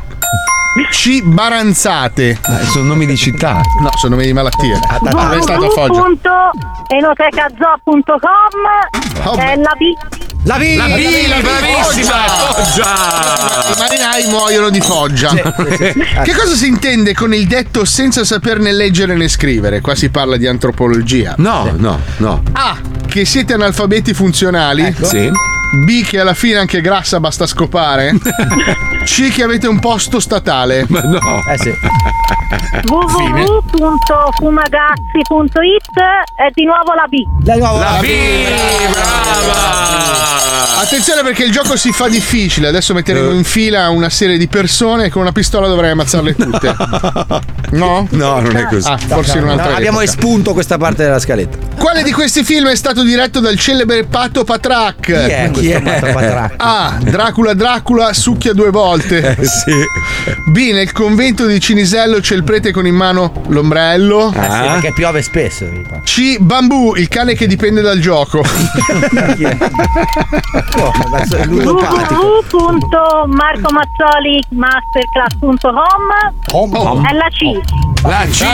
C. Baranzate. sono nomi di città. Ah, No, sono nomi di malattie. Non è stato a Foggia. www.enotecazo.com è la B. La B, La B, bravissima, Foggia! I marinai muoiono di Cioè, [LAUGHS] Foggia. Cioè, ah, Che cosa si intende con il detto senza saper né leggere né scrivere? Qua si parla di antropologia. No, no, no. A. Che siete analfabeti funzionali. Ecco. Sì. B. Che alla fine anche grassa [LAUGHS] basta scopare. C. Che avete un posto statale. Ma no. Eh sì. www.fumagazzi.it è di nuovo la B. La B, Ah. Attenzione perché il gioco si fa difficile. Adesso metteremo Eh. in fila una serie di persone e con una pistola dovrei [LAUGHS] ammazzarle tutte. No? No, non è così. Ah, forse in un'altra No, Abbiamo epoca. Eh, espunto questa parte della scaletta. Quale di questi film è stato diretto dal celebre Pato Patrak? è questo Chi è? Pato Patrak? A. Ah, Dracula Dracula succhia due volte. Eh, B. Nel convento di Cinisello c'è il prete con in mano l'ombrello. Eh sì, perché piove spesso. mi pare. C. Bambù, il cane che dipende [LAUGHS] dal gioco. [LAUGHS] www.marcomazzolimasterclass.com è la C. La C, la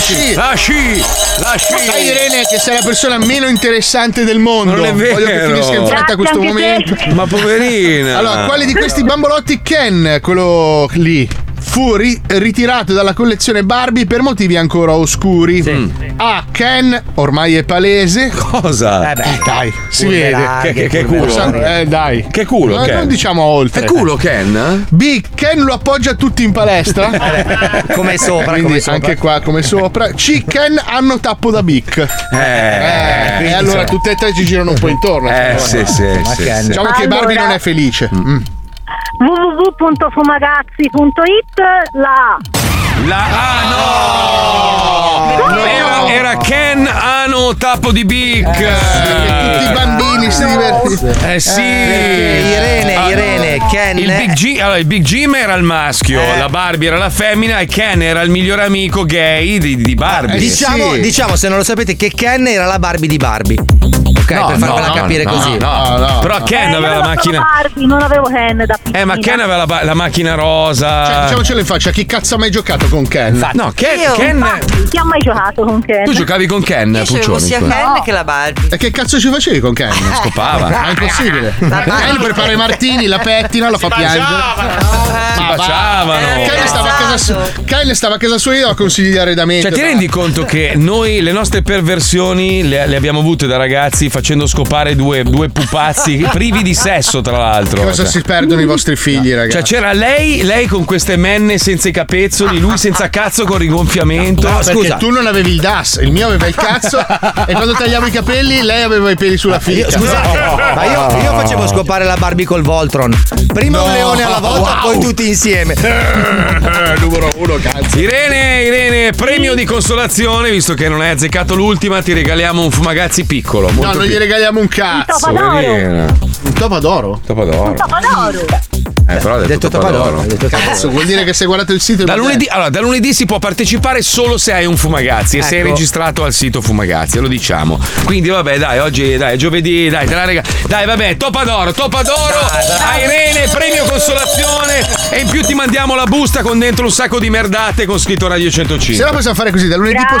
C, la C, la C. Sai Irene che sei la persona meno interessante del mondo. Non è Voglio che vero. finisca in fretta Grazie questo anche te. momento. Ma poverina. Allora, quale di questi bambolotti Ken, quello lì? fu ri- ritirato dalla collezione Barbie per motivi ancora oscuri. Mm. A. Ken, ormai è palese. Cosa? Eh, dai, si Curve vede. larghe, Che- che- che curve culo? larghe. Eh, dai. Che culo, Ma Ken? Non diciamo oltre. Che culo, Ken? B. Ken lo appoggia tutti in palestra. [LAUGHS] Eh, come sopra, Quindi come sopra. Anche qua, come sopra. C. Ken hanno tappo da Bic. Eh, quindi, e allora insomma. tutte e tre ci girano un po' intorno. Eh, sì, sì, Ma sì, Ken. sì. Ah. Diciamo che Barbie Allora- non è felice. Mm. www.fumagazzi.it la A. La ah, no! Era, era Ken Ano Tappo di Bic. Tutti i bambini si divertono. Eh sì, Ah, Irene, Irene, Ken- Il Big, G, allora, il Big Jim era il maschio, la Barbie era la femmina e Ken era il migliore amico gay di, di Barbie. Diciamo, diciamo, se non lo sapete, che Ken era la Barbie di Barbie. Ok, No, per farvela no, capire no, così. no, no. Però Ken Eh, aveva io non sono la macchina. Barbie, non avevo Ken da piccolina. Eh, ma Ken aveva la, ba- la macchina rosa. Eh? Cioè, diciamocelo in faccia, chi cazzo ha mai giocato con Ken? No, Ken- Io, Ken- infatti, chi ha mai giocato con Ken? Tu giocavi con Ken, Puccioni. scusa. che la Barbie. E che cazzo ci facevi con Ken? Scopava. Ma è impossibile. La Eh, Ken Barbie. prepara i martini, la pettina, la fa piangere. Si Ma va. baciavano. Ken stava a casa sua. Ken stava a casa sua io la consigli di arredamento. Cioè, ti rendi conto che noi le nostre perversioni le, le abbiamo avute da ragazzi facendo scopare due, due [LAUGHS] pupazzi privi di sesso, tra l'altro. Cosa Cioè, si perdono i vostri figli, cioè, ragazzi? c'era lei, lei con queste menne senza i capezzoli, lui senza cazzo con rigonfiamento. perché tu non avevi il DAS, il mio aveva il cazzo e quando tagliavo i capelli lei aveva i peli sulla Io- figa. scusate, ma io, io facevo scopare la Barbie col Voltron. Prima un No. leone alla volta, Wow. poi tutti [LAUGHS] insieme. Numero uno, cazzo. Irene, Irene, premio di consolazione, visto che non hai azzeccato l'ultima, ti regaliamo un fumagazzi piccolo. No, non gli regaliamo un cazzo. Un topa d'oro? Topadoro. d'oro. Eh, però ha detto, Topadoro. Cazzo, vuol dire che se guardate il sito Da lunedì, allora, da lunedì si può partecipare solo se hai un Fumagazzi e sei Ecco. registrato al sito Fumagazzi, lo diciamo. Quindi vabbè, dai, oggi dai, è giovedì, dai, te la rega. Dai, vabbè, Topadoro, Topadoro, a Irene, premio consolazione e in più ti mandiamo la busta con dentro un sacco di merdate con scritto Radio Se 105. la possiamo fare così, da lunedì Grazie.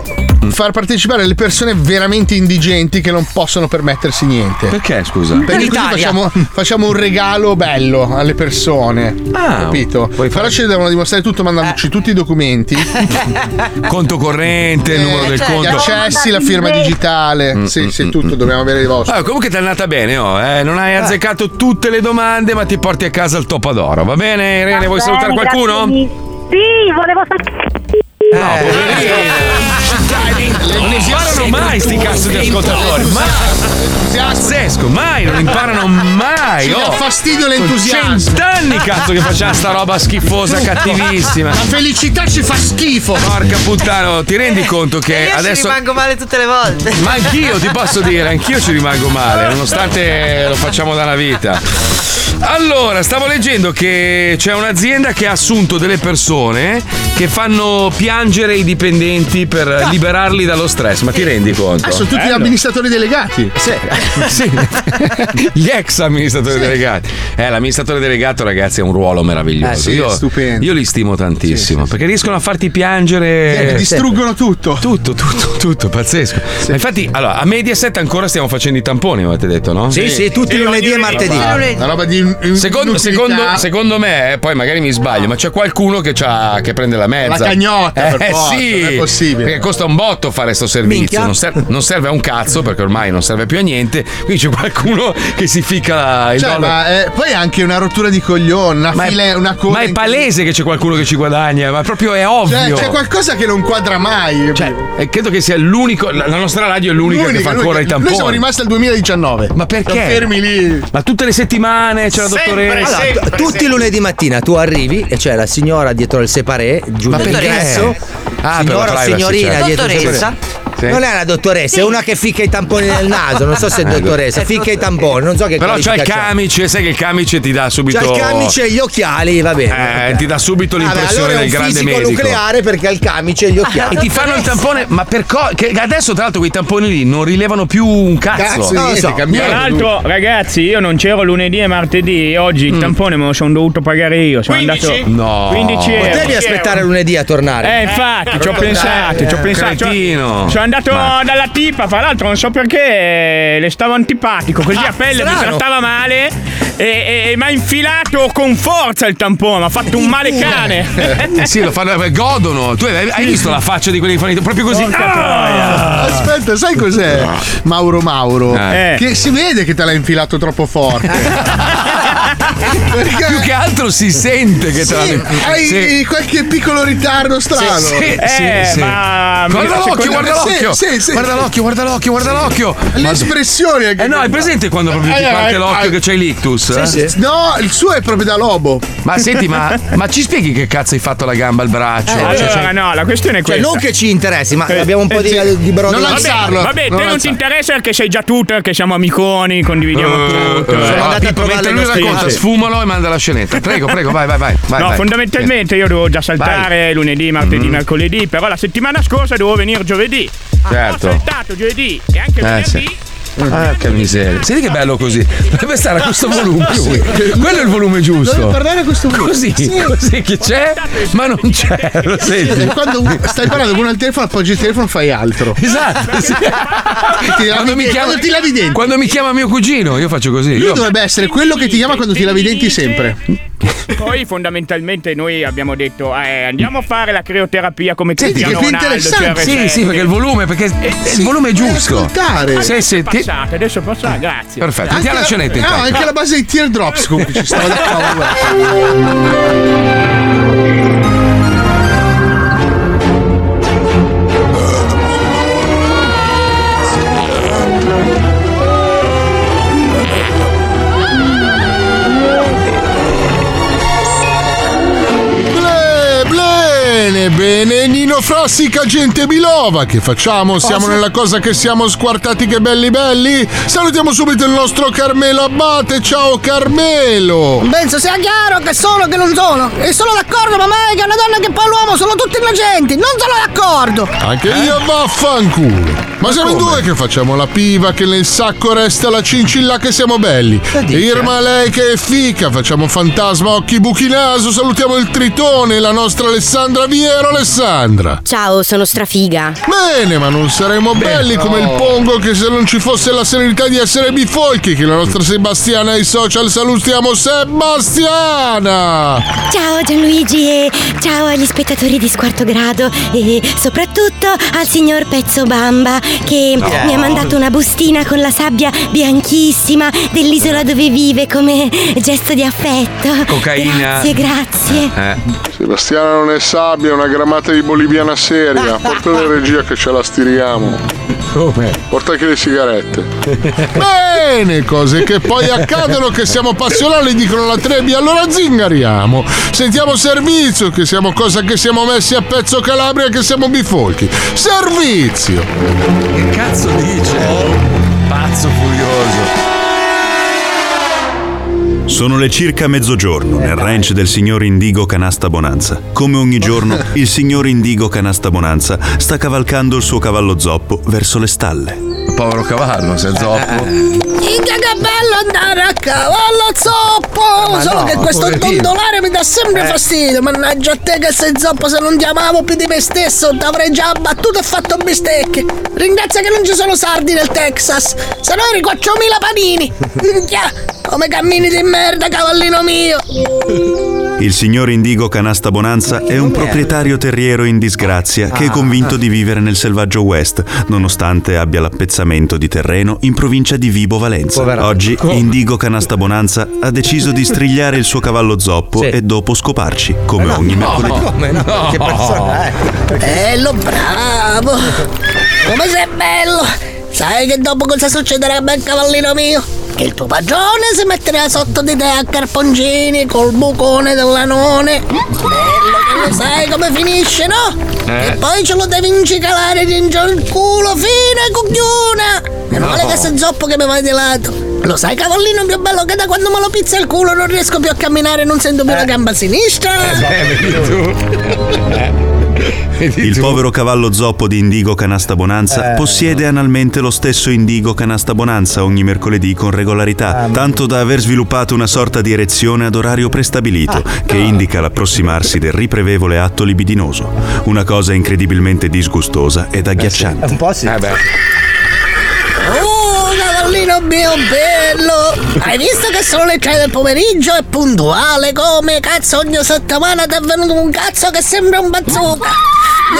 possiamo far partecipare le persone veramente indigenti che non possono permettersi niente. Perché, scusa? Perché così L'Italia. facciamo, facciamo un regalo bello alle persone. Ah, capito? Però ci devono dimostrare tutto mandandoci tutti i documenti. Eh. Conto corrente, il Eh, numero del Gli conto. Mm, accessi, certo. la firma digitale. sì, sì, tutto, dobbiamo avere i vostri. Ah, comunque ti è andata bene, oh, eh, non hai azzeccato tutte le domande, ma ti porti a casa il Topadoro. Va bene, Va Irene, vuoi bene, salutare grazie qualcuno? mille. Sì, volevo sapere. Eh, Non imparano mai sti cazzo di ascoltatori. Mai. Pazzesco, mai, non imparano mai. Ci dà oh. fastidio Sono l'entusiasmo. Cent'anni cazzo che facciamo sta roba [LAUGHS] schifosa, cattivissima. La felicità eh, ci fa schifo. Porca puttana, oh, ti rendi conto che [LAUGHS] Io ci adesso. rimango male tutte le volte. Ma anch'io ti posso dire, anch'io ci rimango male, nonostante lo facciamo da una vita. Allora, stavo leggendo che c'è un'azienda che ha assunto delle persone che fanno piangere i dipendenti per liberarli dallo stress, ma ti rendi conto? Eh, Ah, sono tutti Bello. amministratori delegati. Sì, [LAUGHS] Gli ex amministratori delegati. Eh, l'amministratore delegato, ragazzi, è un ruolo meraviglioso. Eh, sì, io, è stupendo. io li stimo tantissimo perché riescono a farti piangere. Eh, distruggono tutto. Tutto, tutto, tutto, pazzesco. Ma infatti, allora, a Mediaset ancora stiamo facendo i tamponi, avete detto, no? Sì, sì, tutti i lunedì e martedì. Una roba di Secondo, secondo- secondo me, eh, poi magari mi sbaglio, ma c'è qualcuno che, c'ha- che prende la mezza. La cagnotta, eh, per forza, sì, non è possibile. Perché costa un botto fare sto servizio. Minchia. Non, ser- non serve a un cazzo, perché ormai non serve più a niente. Quindi c'è qualcuno che si fica il Cioè, dollaro. ma eh, poi anche una rottura di coglione, una fila, una coda. Ma è palese che c'è qualcuno che ci guadagna, ma proprio è Cioè, ovvio. c'è qualcosa che non quadra mai. Cioè, E credo che sia l'unico. La la nostra radio è l'unica che fa ancora i tamponi. Noi siamo rimasti al 2019. Ma perché? Siamo fermi lì. Ma tutte le settimane c'è la dottoressa. Allora, t- tutti i lunedì mattina tu arrivi e c'è la signora dietro il separé, giù Ma perché? l'ingresso. Ah, per signora o la privacy, signorina certo. dietro il Dottoressa? separé. Sì. Non è una dottoressa, è una che ficca i tamponi nel naso. Non so se è [LAUGHS] Eh, dottoressa, eh, ficca i tamponi. Non so che Però c'è il qualifica camice, sai che il camice ti dà subito. C'ha il camice e gli occhiali, va bene. Eh, ti dà subito l'impressione allora è del un grande fisico medico. nucleare perché ha il camice e gli occhiali. E ti fanno il tampone, ma per co- che adesso tra l'altro quei tamponi lì non rilevano più un Eh, cazzo. Non lo so. Tra l'altro, ragazzi, io non c'ero lunedì e martedì e oggi Mm. il tampone me lo sono dovuto pagare io. Sono andato No. 15 euro. Potevi aspettare lunedì a tornare. Eh, infatti, ci ho Rotondare, pensato, ci ho eh. pensato. Ci ho- Cretino. Sono andato dalla tipa, fra l'altro non so perché le stavo antipatico, così Ah, a pelle mi strano. trattava male e, e- e mi ha infilato con forza il tampone, mi Boh, ha fatto un male cane. Eh, sì, lo fanno, godono. Tu hai, hai visto la faccia di quelli che fanno i- proprio così? Ah! Aspetta, sai cos'è? Mauro Mauro. Eh. Che si vede che te l'ha infilato troppo [LAUGHS] forte. Più che altro si sente che te Sì, l'hanno hai Sì. qualche piccolo ritardo strano. Sì, sì, sì, sì. Guarda l'occhio, guarda Sì, l'occhio. sì, sì. guarda l'occhio, guarda l'occhio, guarda Sì. l'occhio. Le espressioni Eh no, hai presente quando proprio ti Eh, parte eh, l'occhio eh. che c'è l'ictus? eh? Sì, sì. No, il suo è proprio da lobo. [LAUGHS] Ma senti, ma, ma ci spieghi che cazzo hai fatto alla gamba, al braccio? Eh, [LAUGHS] allora, no, la questione è Cioè, questa. non che ci interessi, ma Eh, abbiamo un po' eh, di, sì. di barometro. Vabbè, vabbè te non ti interessa perché sei già tutto, perché siamo amiconi, Eh, condividiamo tutto. eh. Sono andato a Pippo, provare le mentre lui nostre racconta, idee. sfumalo e manda la scenetta. Eh, Prego, prego, vai, vai, vai, vai, no, vai. Mm. fondamentalmente io dovevo già saltare lunedì, martedì, mercoledì, però la settimana scorsa dovevo venire giovedì. Certo. Ho saltato giovedì e anche Eh, venerdì. sì. Ah, che miseria. Senti che bello così. Dovrebbe stare a questo volume. Ah, lui. Quello è il volume giusto. Dove parlare a questo punto? [LAUGHS] Così, così che c'è, ma non c'è. Lo senti? Quando stai parlando con uno al telefono, appoggi il telefono, fai altro. Esatto. Ti lavi i denti- quando ti lavi i denti. quando mi chiama mio cugino, io faccio così. Lui Io- dovrebbe essere quello che ti chiama quando ti lavi i denti sempre. Poi fondamentalmente noi abbiamo detto eh, andiamo a fare la crioterapia come Senti, Cristiano che Ronaldo. cioè, Eh, interessante. Sì, sì, perché il volume, perché il volume è giusto. Sì, sì, Adesso ti- è passata, adesso è passata, grazie. Perfetto, Anche mettiamo la la- scenetta Ah, intanto. anche la base di teardrops comunque ci stava da cavolo. Ble- Bene, bene, Nino Frassica, gente bilova, che Oh, facciamo? Siamo nella cosa che siamo squartati che belli belli? Salutiamo subito il nostro Carmelo Abbate, ciao Carmelo! Penso sia chiaro che sono che non sono. E sono d'accordo, ma me che una donna che fa l'uomo sono tutti innocenti. Non sono d'accordo. Anche io Eh? vaffanculo! Ma siamo in due che facciamo la piva che nel sacco resta la cincilla che siamo belli. Irma lei che è fica, facciamo fantasma occhi buchi naso, salutiamo il tritone, la nostra Alessandra Viero Alessandra. Ciao, sono strafiga. Bene, ma non saremmo belli come il Pongo che se non ci fosse la serenità di essere bifolchi che la nostra Sebastiana ai social salutiamo Sebastiana! Ciao Gianluigi e ciao agli spettatori di Squarto Grado e soprattutto al signor Pezzo Bamba che No. mi ha mandato una bustina con la sabbia bianchissima dell'isola dove vive come gesto di affetto. Cocaina. Grazie, grazie. Sebastiana non è sabbia, è una grammata di boliviana [LAUGHS] seria. Porta la regia che ce la stiriamo. Come? Porta anche le sigarette. Bene, cose che poi accadono che siamo passionali, dicono la Trebi, allora zingariamo. Sentiamo servizio, che siamo cosa che siamo messi a pezzo Calabria, che siamo bifolchi. Servizio! Che cazzo dice? Oh, Pazzo furioso. Sono le circa mezzogiorno nel ranch del signor Indigo Canasta Bonanza. Come [LAUGHS] ogni giorno, il signor Indigo Canasta Bonanza sta cavalcando il suo cavallo zoppo verso le stalle. Povero cavallo, se zoppo. [LAUGHS] Minchia che bello andare a cavallo zoppo! Ma Solo no, che questo poverino. dondolare mi dà sempre Eh. fastidio. Mannaggia a te che sei zoppo, se non ti amavo più di me stesso, ti avrei già abbattuto e fatto bistecche. Ringrazia che non ci sono sardi nel Texas, se no ricoccio mila [LAUGHS] panini. Minchia, come cammini di merda, cavallino mio! Il signor Indigo Canasta Bonanza è un proprietario terriero in disgrazia che è convinto di vivere nel selvaggio West, nonostante abbia l'appezzamento di terreno in provincia di Vibo Valenza. Oggi Indigo Canasta Bonanza ha deciso di strigliare il suo cavallo zoppo e dopo scoparci, come ogni mercoledì. Che persona è? Bello, bravo! Come sei bello! Sai che dopo cosa succederà a me, cavallino mio? Che il tuo padrone si metterà sotto di te a carpongini col bucone dell'anone. Bello che lo sai come finisce, no? Eh. Eh. E poi ce lo devi incicalare dentro il culo fino a cogliona! Meno male No. che sei zoppo che mi vai di lato. Lo sai, cavallino più bello che da quando me lo pizza il culo non riesco più a camminare, non sento più la gamba sinistra. [LAUGHS] Eh, vedi Eh, tu. Il povero cavallo zoppo di Indigo Canasta Bonanza Eh. possiede analmente lo stesso Indigo Canasta Bonanza ogni mercoledì con regolarità, tanto da aver sviluppato una sorta di erezione ad orario prestabilito che indica l'approssimarsi del riprevevole atto libidinoso, una cosa incredibilmente disgustosa ed agghiacciante. Un po' sì. Oh, cavallino mio bello! Hai visto che sono le 3 del pomeriggio e puntuale come cazzo ogni settimana ti è venuto un cazzo che sembra un bazooka!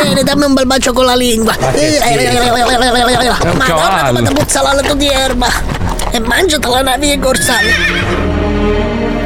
Vieni, dammi un bel bacio con la lingua! Eh, Ma che schifo. È un Madonna cavallo. come ti puzza l'alito di erba! E mangiatela la via corsale!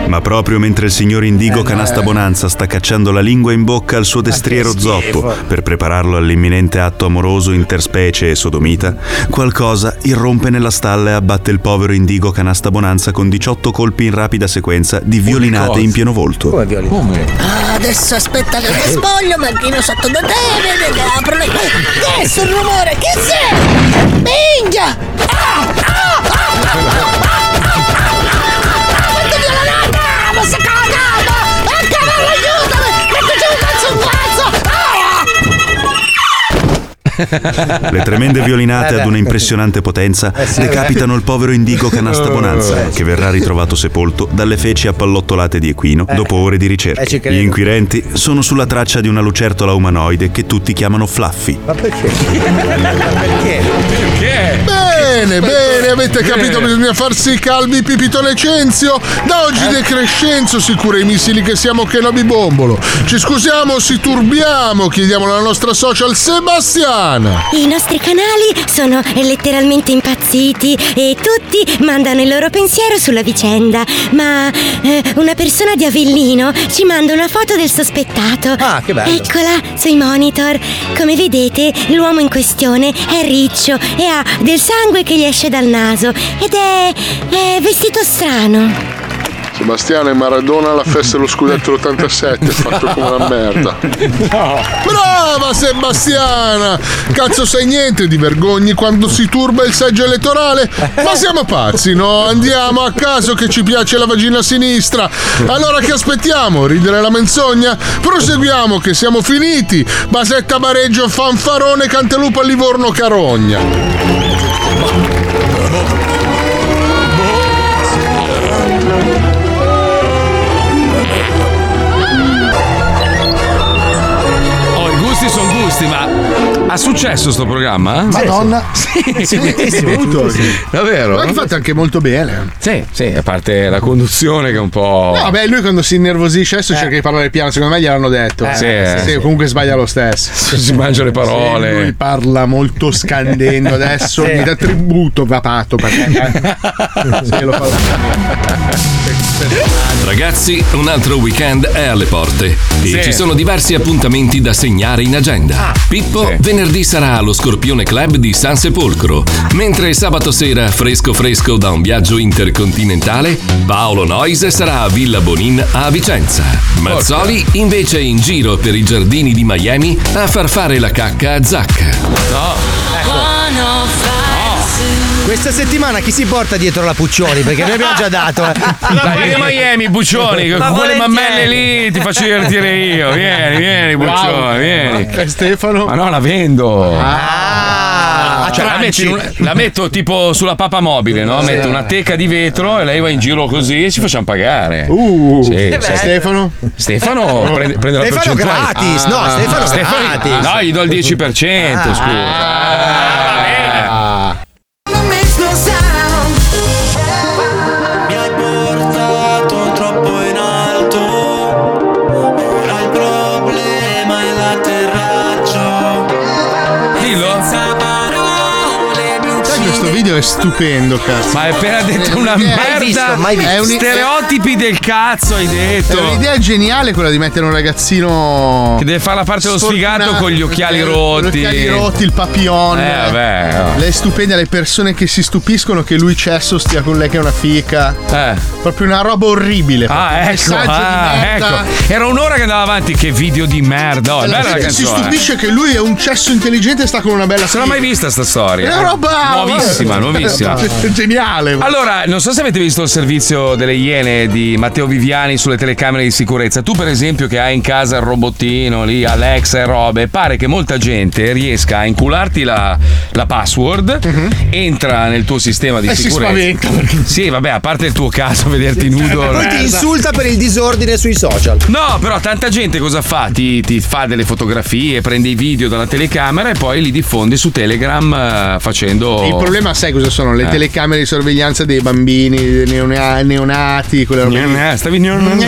Ma proprio mentre il signor Indigo Canasta Bonanza sta cacciando la lingua in bocca al suo destriero zoppo per prepararlo all'imminente atto amoroso interspecie e sodomita, qualcosa irrompe nella stalla e abbatte il povero Indigo Canasta Bonanza con 18 colpi in rapida sequenza di violinate in pieno volto. Come Ah, adesso aspetta che ti spoglio, manchino sotto da te, vedi che apro le... Che è sul rumore? Che c'è? Minchia! Ah, ah, ah, Quanto violonata! Ma sei cagata! né? E cavallo, aiutami! Metti um giù un pezzo un pezzo! Ah! Le tremende Eh, violinate ad una impressionante potenza decapitano il povero indigo Canasta Eh. Bonanza, che verrà ritrovato sepolto dalle feci appallottolate di equino dopo ore di ricerca. Eh, ci credo. Gli inquirenti sono sulla traccia di una lucertola umanoide che tutti chiamano Fluffy. Ma perché? perché? Perché? Bene, bene, avete Bene. capito, bisogna farsi calmi Pipito Lecenzio. Da oggi Decrescenzo si cura i missili che siamo che la bibombolo. Ci scusiamo, si turbiamo, chiediamo alla nostra social Sebastiana. I nostri canali sono letteralmente impazziti e tutti mandano il loro pensiero sulla vicenda, ma eh, una persona di Avellino ci manda una foto del sospettato. Ah, che bello. Eccola sui monitor. Come vedete, l'uomo in questione è riccio e ha del sangue che gli esce dal naso ed è, è vestito strano. Sebastiana e Maradona alla festa dello scudetto l'87, fatto come [LAUGHS] una merda. Brava Sebastiana! Cazzo sai niente di vergogni quando si turba il seggio elettorale? Ma siamo pazzi, no? Andiamo a caso che ci piace la vagina sinistra. Allora che aspettiamo? Ridere la menzogna? Proseguiamo che siamo finiti. Basetta Bareggio, Fanfarone, Cantelupa, Livorno, Carogna. Oh, i gusti sono gusti, ma ha successo sto programma? Madonna. Sì, Sì, sì, sì. Davvero? Ma che fate anche molto bene. Sì, sì, a parte la conduzione che è un po'. No, beh, lui quando si innervosisce adesso cerca di parlare piano, secondo me gliel'hanno detto. Eh, sì, sì. comunque sbaglia lo stesso. [LAUGHS] Si mangia le Sì, parole. lui parla molto scandendo adesso, Sì. gli dà tributo papato perché [LAUGHS] Sì, lo fa- eh, Ragazzi, un altro weekend è alle porte e Sì. ci sono diversi appuntamenti da segnare in agenda. Pippo venerdì sarà allo Scorpione Club di San Sepolcro, mentre sabato sera, fresco fresco da un viaggio intercontinentale, Paolo Noise sarà a Villa Bonin a Vicenza. Mazzoli invece è in giro per i giardini di Miami a far fare la cacca a Zacca. Ecco. Questa settimana chi si porta dietro la Puccioni? Perché noi abbiamo già dato. [LAUGHS] eh. Dai, vieni a Miami, [LAUGHS] Buccioni, con quelle mammelle lì ti faccio divertire io. Vieni, vieni, Wow. Buccioni, vieni. Eh, Stefano. Ah. Ma no, la vendo. Cioè, la, metti in un- la metto tipo sulla papa mobile, no? Sì. Metto una teca di vetro e lei va in giro così e ci facciamo pagare. Uh, Sì, che sì. bello. Stefano? Eh. Stefano [LAUGHS] prende, prende la Stefano percentuale. gratis, no, Stefano gratis. Ah. No, gli do il 10%, scusa. Mi hai portato troppo in alto Ora il problema è l'atterraggio Dillo Senza parole mi Sai, uccidi questo video è stupendo, cazzo. Eh, Ma hai appena detto una merda. È un- Stereotipi del cazzo hai Eh, È detto. un'idea geniale quella di mettere un ragazzino. Che deve fare la parte dello sfortunato, sfigato con gli occhiali rotti. Gli occhiali rotti, il papillon. Eh, vabbè, no. Lei è stupenda, le persone che si stupiscono che lui cesso stia con lei che è una fica. Proprio una roba orribile. Eh. Ah, proprio. ecco, Messaggio ah, di merda. ecco. Era un'ora che andava avanti. Che video di merda. Oh, è La bella la gente si canzone. stupisce che lui è un cesso intelligente e sta con una bella Non l'ho mai vista sta storia. È una roba nuovissima, [LAUGHS] nuovissima. Geniale. Allora, non so se avete visto il servizio delle Iene di Matteo Viviani sulle telecamere di sicurezza. Tu, per esempio, che hai in casa il robottino lì, Alexa e robe, pare che molta gente riesca a incularti la, la password, Mhm. entra nel tuo sistema di E si sicurezza. Sì, vabbè, a parte il tuo caso, vederti nudo. Poi ti insulta per il disordine sui social. No, però tanta gente cosa fa? Ti, ti fa delle fotografie, prende i video dalla telecamera e poi li diffondi su Telegram eh, facendo. Il problema, sai cosa sono? Le Eh. telecamere di sorveglianza dei bambini, dei neona- neonati, quella roba. eh, Neonati, stavi neonati.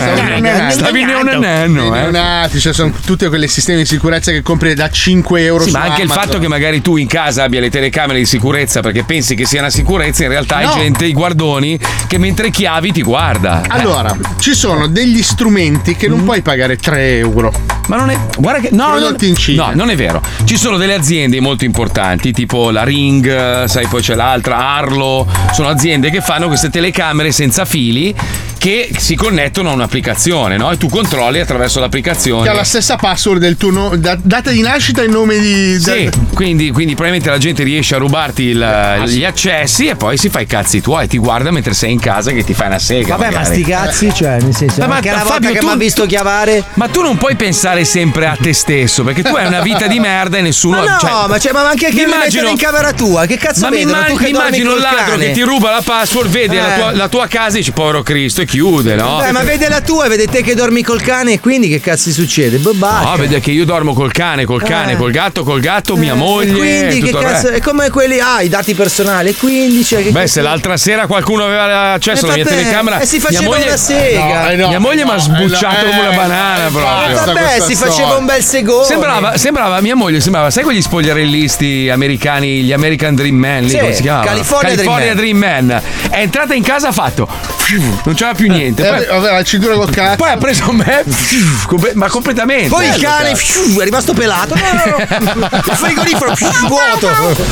Stavi neonanno, eh. Neonati, cioè sono tutti quei sistemi di sicurezza che compri da 5 euro Sì, su ma anche il Amazon. fatto che magari tu in casa abbia le telecamere di sicurezza perché pensi che sia una sicurezza, in realtà No. hai gente, i guardoni, che mentre chiavi ti guarda. Allora, Eh. ci sono degli strumenti che non puoi pagare 3 euro. Mm. Ma non è. Guarda che. No, prodotti in Cina. No, Ah, non è vero. Ci sono delle aziende molto importanti, tipo la Ring, eh, sai, poi c'è l'altra, Arlo. Sono aziende che fanno queste telecamere senza fili che si connettono a un'applicazione, no? E tu controlli attraverso l'applicazione. Che ha la stessa password del tuo no- da- data di nascita e nome di. Sì, quindi, quindi probabilmente la gente riesce a rubarti Ah, il- gli accessi e poi si fa i cazzi tuoi, ti guarda mentre sei in casa che ti fai una sega. Vabbè, ma magari. sti cazzi, cioè, nel senso. Ma- ma- anche la volta Fabio, che tu- mi ha visto chiavare. Ma tu non puoi pensare sempre a te stesso, perché tu hai una vita di merda e nessuno. Ma no, cioè- ma, cioè, ma anche che Mi mi mettono in camera tua, che cazzo ma mi vedono? Tu imma- che mi immagino dormi il col ladro cane. che ti ruba la password, vede la, Eh. tua, la tua casa e dice povero Cristo e chiude, no? Eh, ma vede la tua e vede te che dormi col cane, e quindi che cazzo succede? Boh, Bobba. No, vede che io dormo col cane, col cane, Eh. col gatto, col gatto, mia e moglie. quindi che tutto il cazzo. resto. È come quelli. Ah, i dati personali. e Quindi, cioè, che Beh, cazzo- se l'altra sera qualcuno aveva accesso alla mia Eh, vabbè, telecamera, e si faceva mia moglie, una sega. No, eh, no, mia moglie mi ha no, sbucciato eh, come una banana eh, proprio. basta Vabbè, questa si faceva storia. un bel segone. Sembrava, sembrava mia moglie, sembrava, sai quegli spogliarellisti americani, gli American Dream Man, lì, Sì, come si chiamava? California Dream California Dream, Man. È entrata in casa, ha fatto, fiu, non c'era più niente. Poi, la cintura col cazzo. Poi ha preso me, fiu, comple- ma completamente. Poi il Bello, cane cazzo. fiu, è rimasto pelato. No, no, no. [LAUGHS] Il frigorifero fiu, vuoto.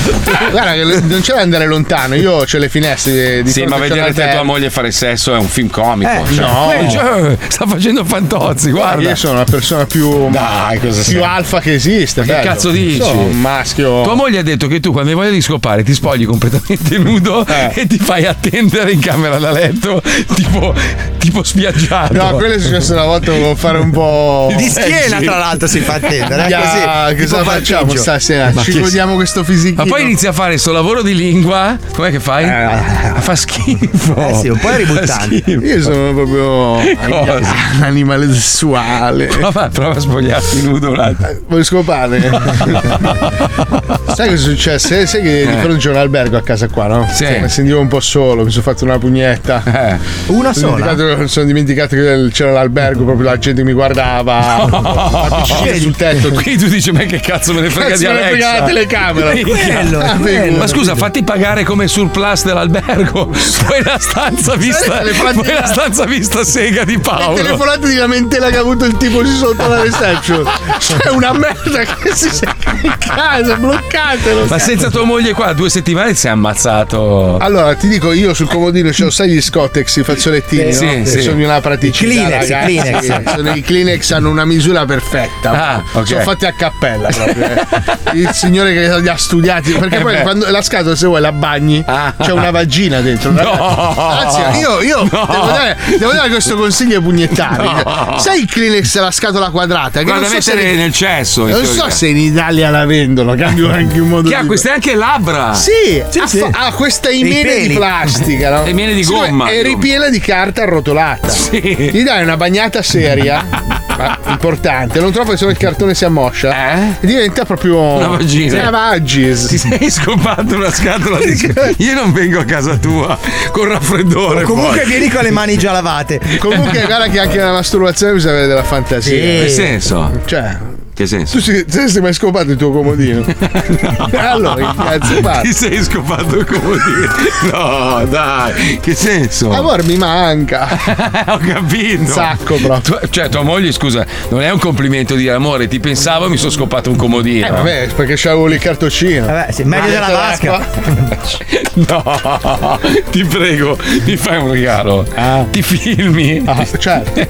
[LAUGHS] Guarda, che le- non c'è da andare lontano. Io ho le finestre di Sì, ma vedere te e tua moglie fare sesso è un film comico. Eh, cioè. no. Eh, cioè, sta facendo fantozzi, guarda. Io sono la persona più. sei? più alfa che esiste. Ma che bello. cazzo dici? Sono un maschio. Tua moglie ha detto che tu quando hai voglia di scopare ti spogli completamente [LAUGHS] nudo Eh. e ti fai attendere in camera da letto, tipo, tipo spiaggiato. No, quello è successo una volta volevo fare un po'. Di schiena, tra l'altro, si fa attendere, eh, Ah, così, tipo cosa facciamo parcheggio. stasera? Ma Ci chi- godiamo questo fisichino. Ma poi inizi a fare il suo lavoro di lingua. Com'è che fai? Fa schifo. Eh sì, un po' [LAUGHS] è ributtante. Io sono proprio Cosa? un animale sessuale. Prova, prova a spogliarti nudo un Eh, attimo. Vuoi scopare? [LAUGHS] Sai cosa è successo? Eh, Sai che di fronte c'è un albergo a casa qua, no? Sì. Eh. Mi sentivo un po' solo, mi sono fatto una pugnetta. Una Sono sola? dimenticato, sono dimenticato che c'era l'albergo, proprio la gente che mi guardava. La [LAUGHS] piscina sul tetto. Ah. [LAUGHS] Quindi tu dici, ma che cazzo me ne frega Cazzo di me ne Alexa? frega la telecamera. Quello, [LAUGHS] Ah, quello. Ma scusa, fatti pagare come surplus dell'albergo. [LAUGHS] Poi la stanza vista. le fatti- poi la stanza vista sega di Le Paolo. telefonate di lamentela che ha avuto il tipo lì sotto la [LAUGHS] reception. C'è una merda che si sente in casa, bloccatelo. Ma senza tua moglie qua, due settimane ti sei ammazzato. Allora, ti dico, io sul comodino c'ho, sai gli Scottex, i fazzolettini, Sì, no? Che sì. sono di una praticità, Kleenex, ragazzi. Kleenex. Sono- I Kleenex hanno una misura perfetta. Ah, ok. Sono fatti a cappella proprio. eh. Il signore che li ha studiati, perché Eh poi beh. Ah. quando la scatola, se vuoi, la bagni, c'è una vagina dentro. No. Anzi, io, io No. devo, dare, devo dare questo consiglio ai pugnettari. No. Sai il Kleenex e la scatola quadrata? Che Guarda, non so se- mettere nel cesso. in non so teoria. se in Italia la [LAUGHS] vendono, cambio anche un modo Che ha di- queste anche labbra. sì, ha, fa- ha questa Dei imene peli. di plastica, no? E miele di Sì, gomma. È ripiena di carta arrotolata. Gli dai una [LAUGHS] bagnata seria, ma importante. Non troppo che sennò il cartone si ammoscia. E diventa proprio. Eh? Oh. Una vagina. Una vagis. Ti sei scopato una scatola di [LAUGHS] Io non vengo a casa tua con raffreddore. Oh, Comunque poi. vieni con le mani già lavate. [LAUGHS] Comunque, guarda che anche la masturbazione bisogna avere della fantasia. Sì. Che senso? Cioè. [LAUGHS] Che senso? Tu si- se sei mai scopato il tuo [LAUGHS] comodino? Allora, che cazzo fai? Ti sei scopato il comodino. No, dai, che senso? Ah, Amor, mi manca. Eh, Ho capito. Un sacco, bro. Tu- cioè, tua moglie, scusa, non è un complimento dire amore, ti pensavo e mi sono scopato un comodino. Eh, vabbè, perché c'avevo lì il cartoccino. Vabbè, sì, meglio della vasca. [LAUGHS] Ah. No, ti prego, mi fai un regalo. Ti filmi. [LAUGHS] certo.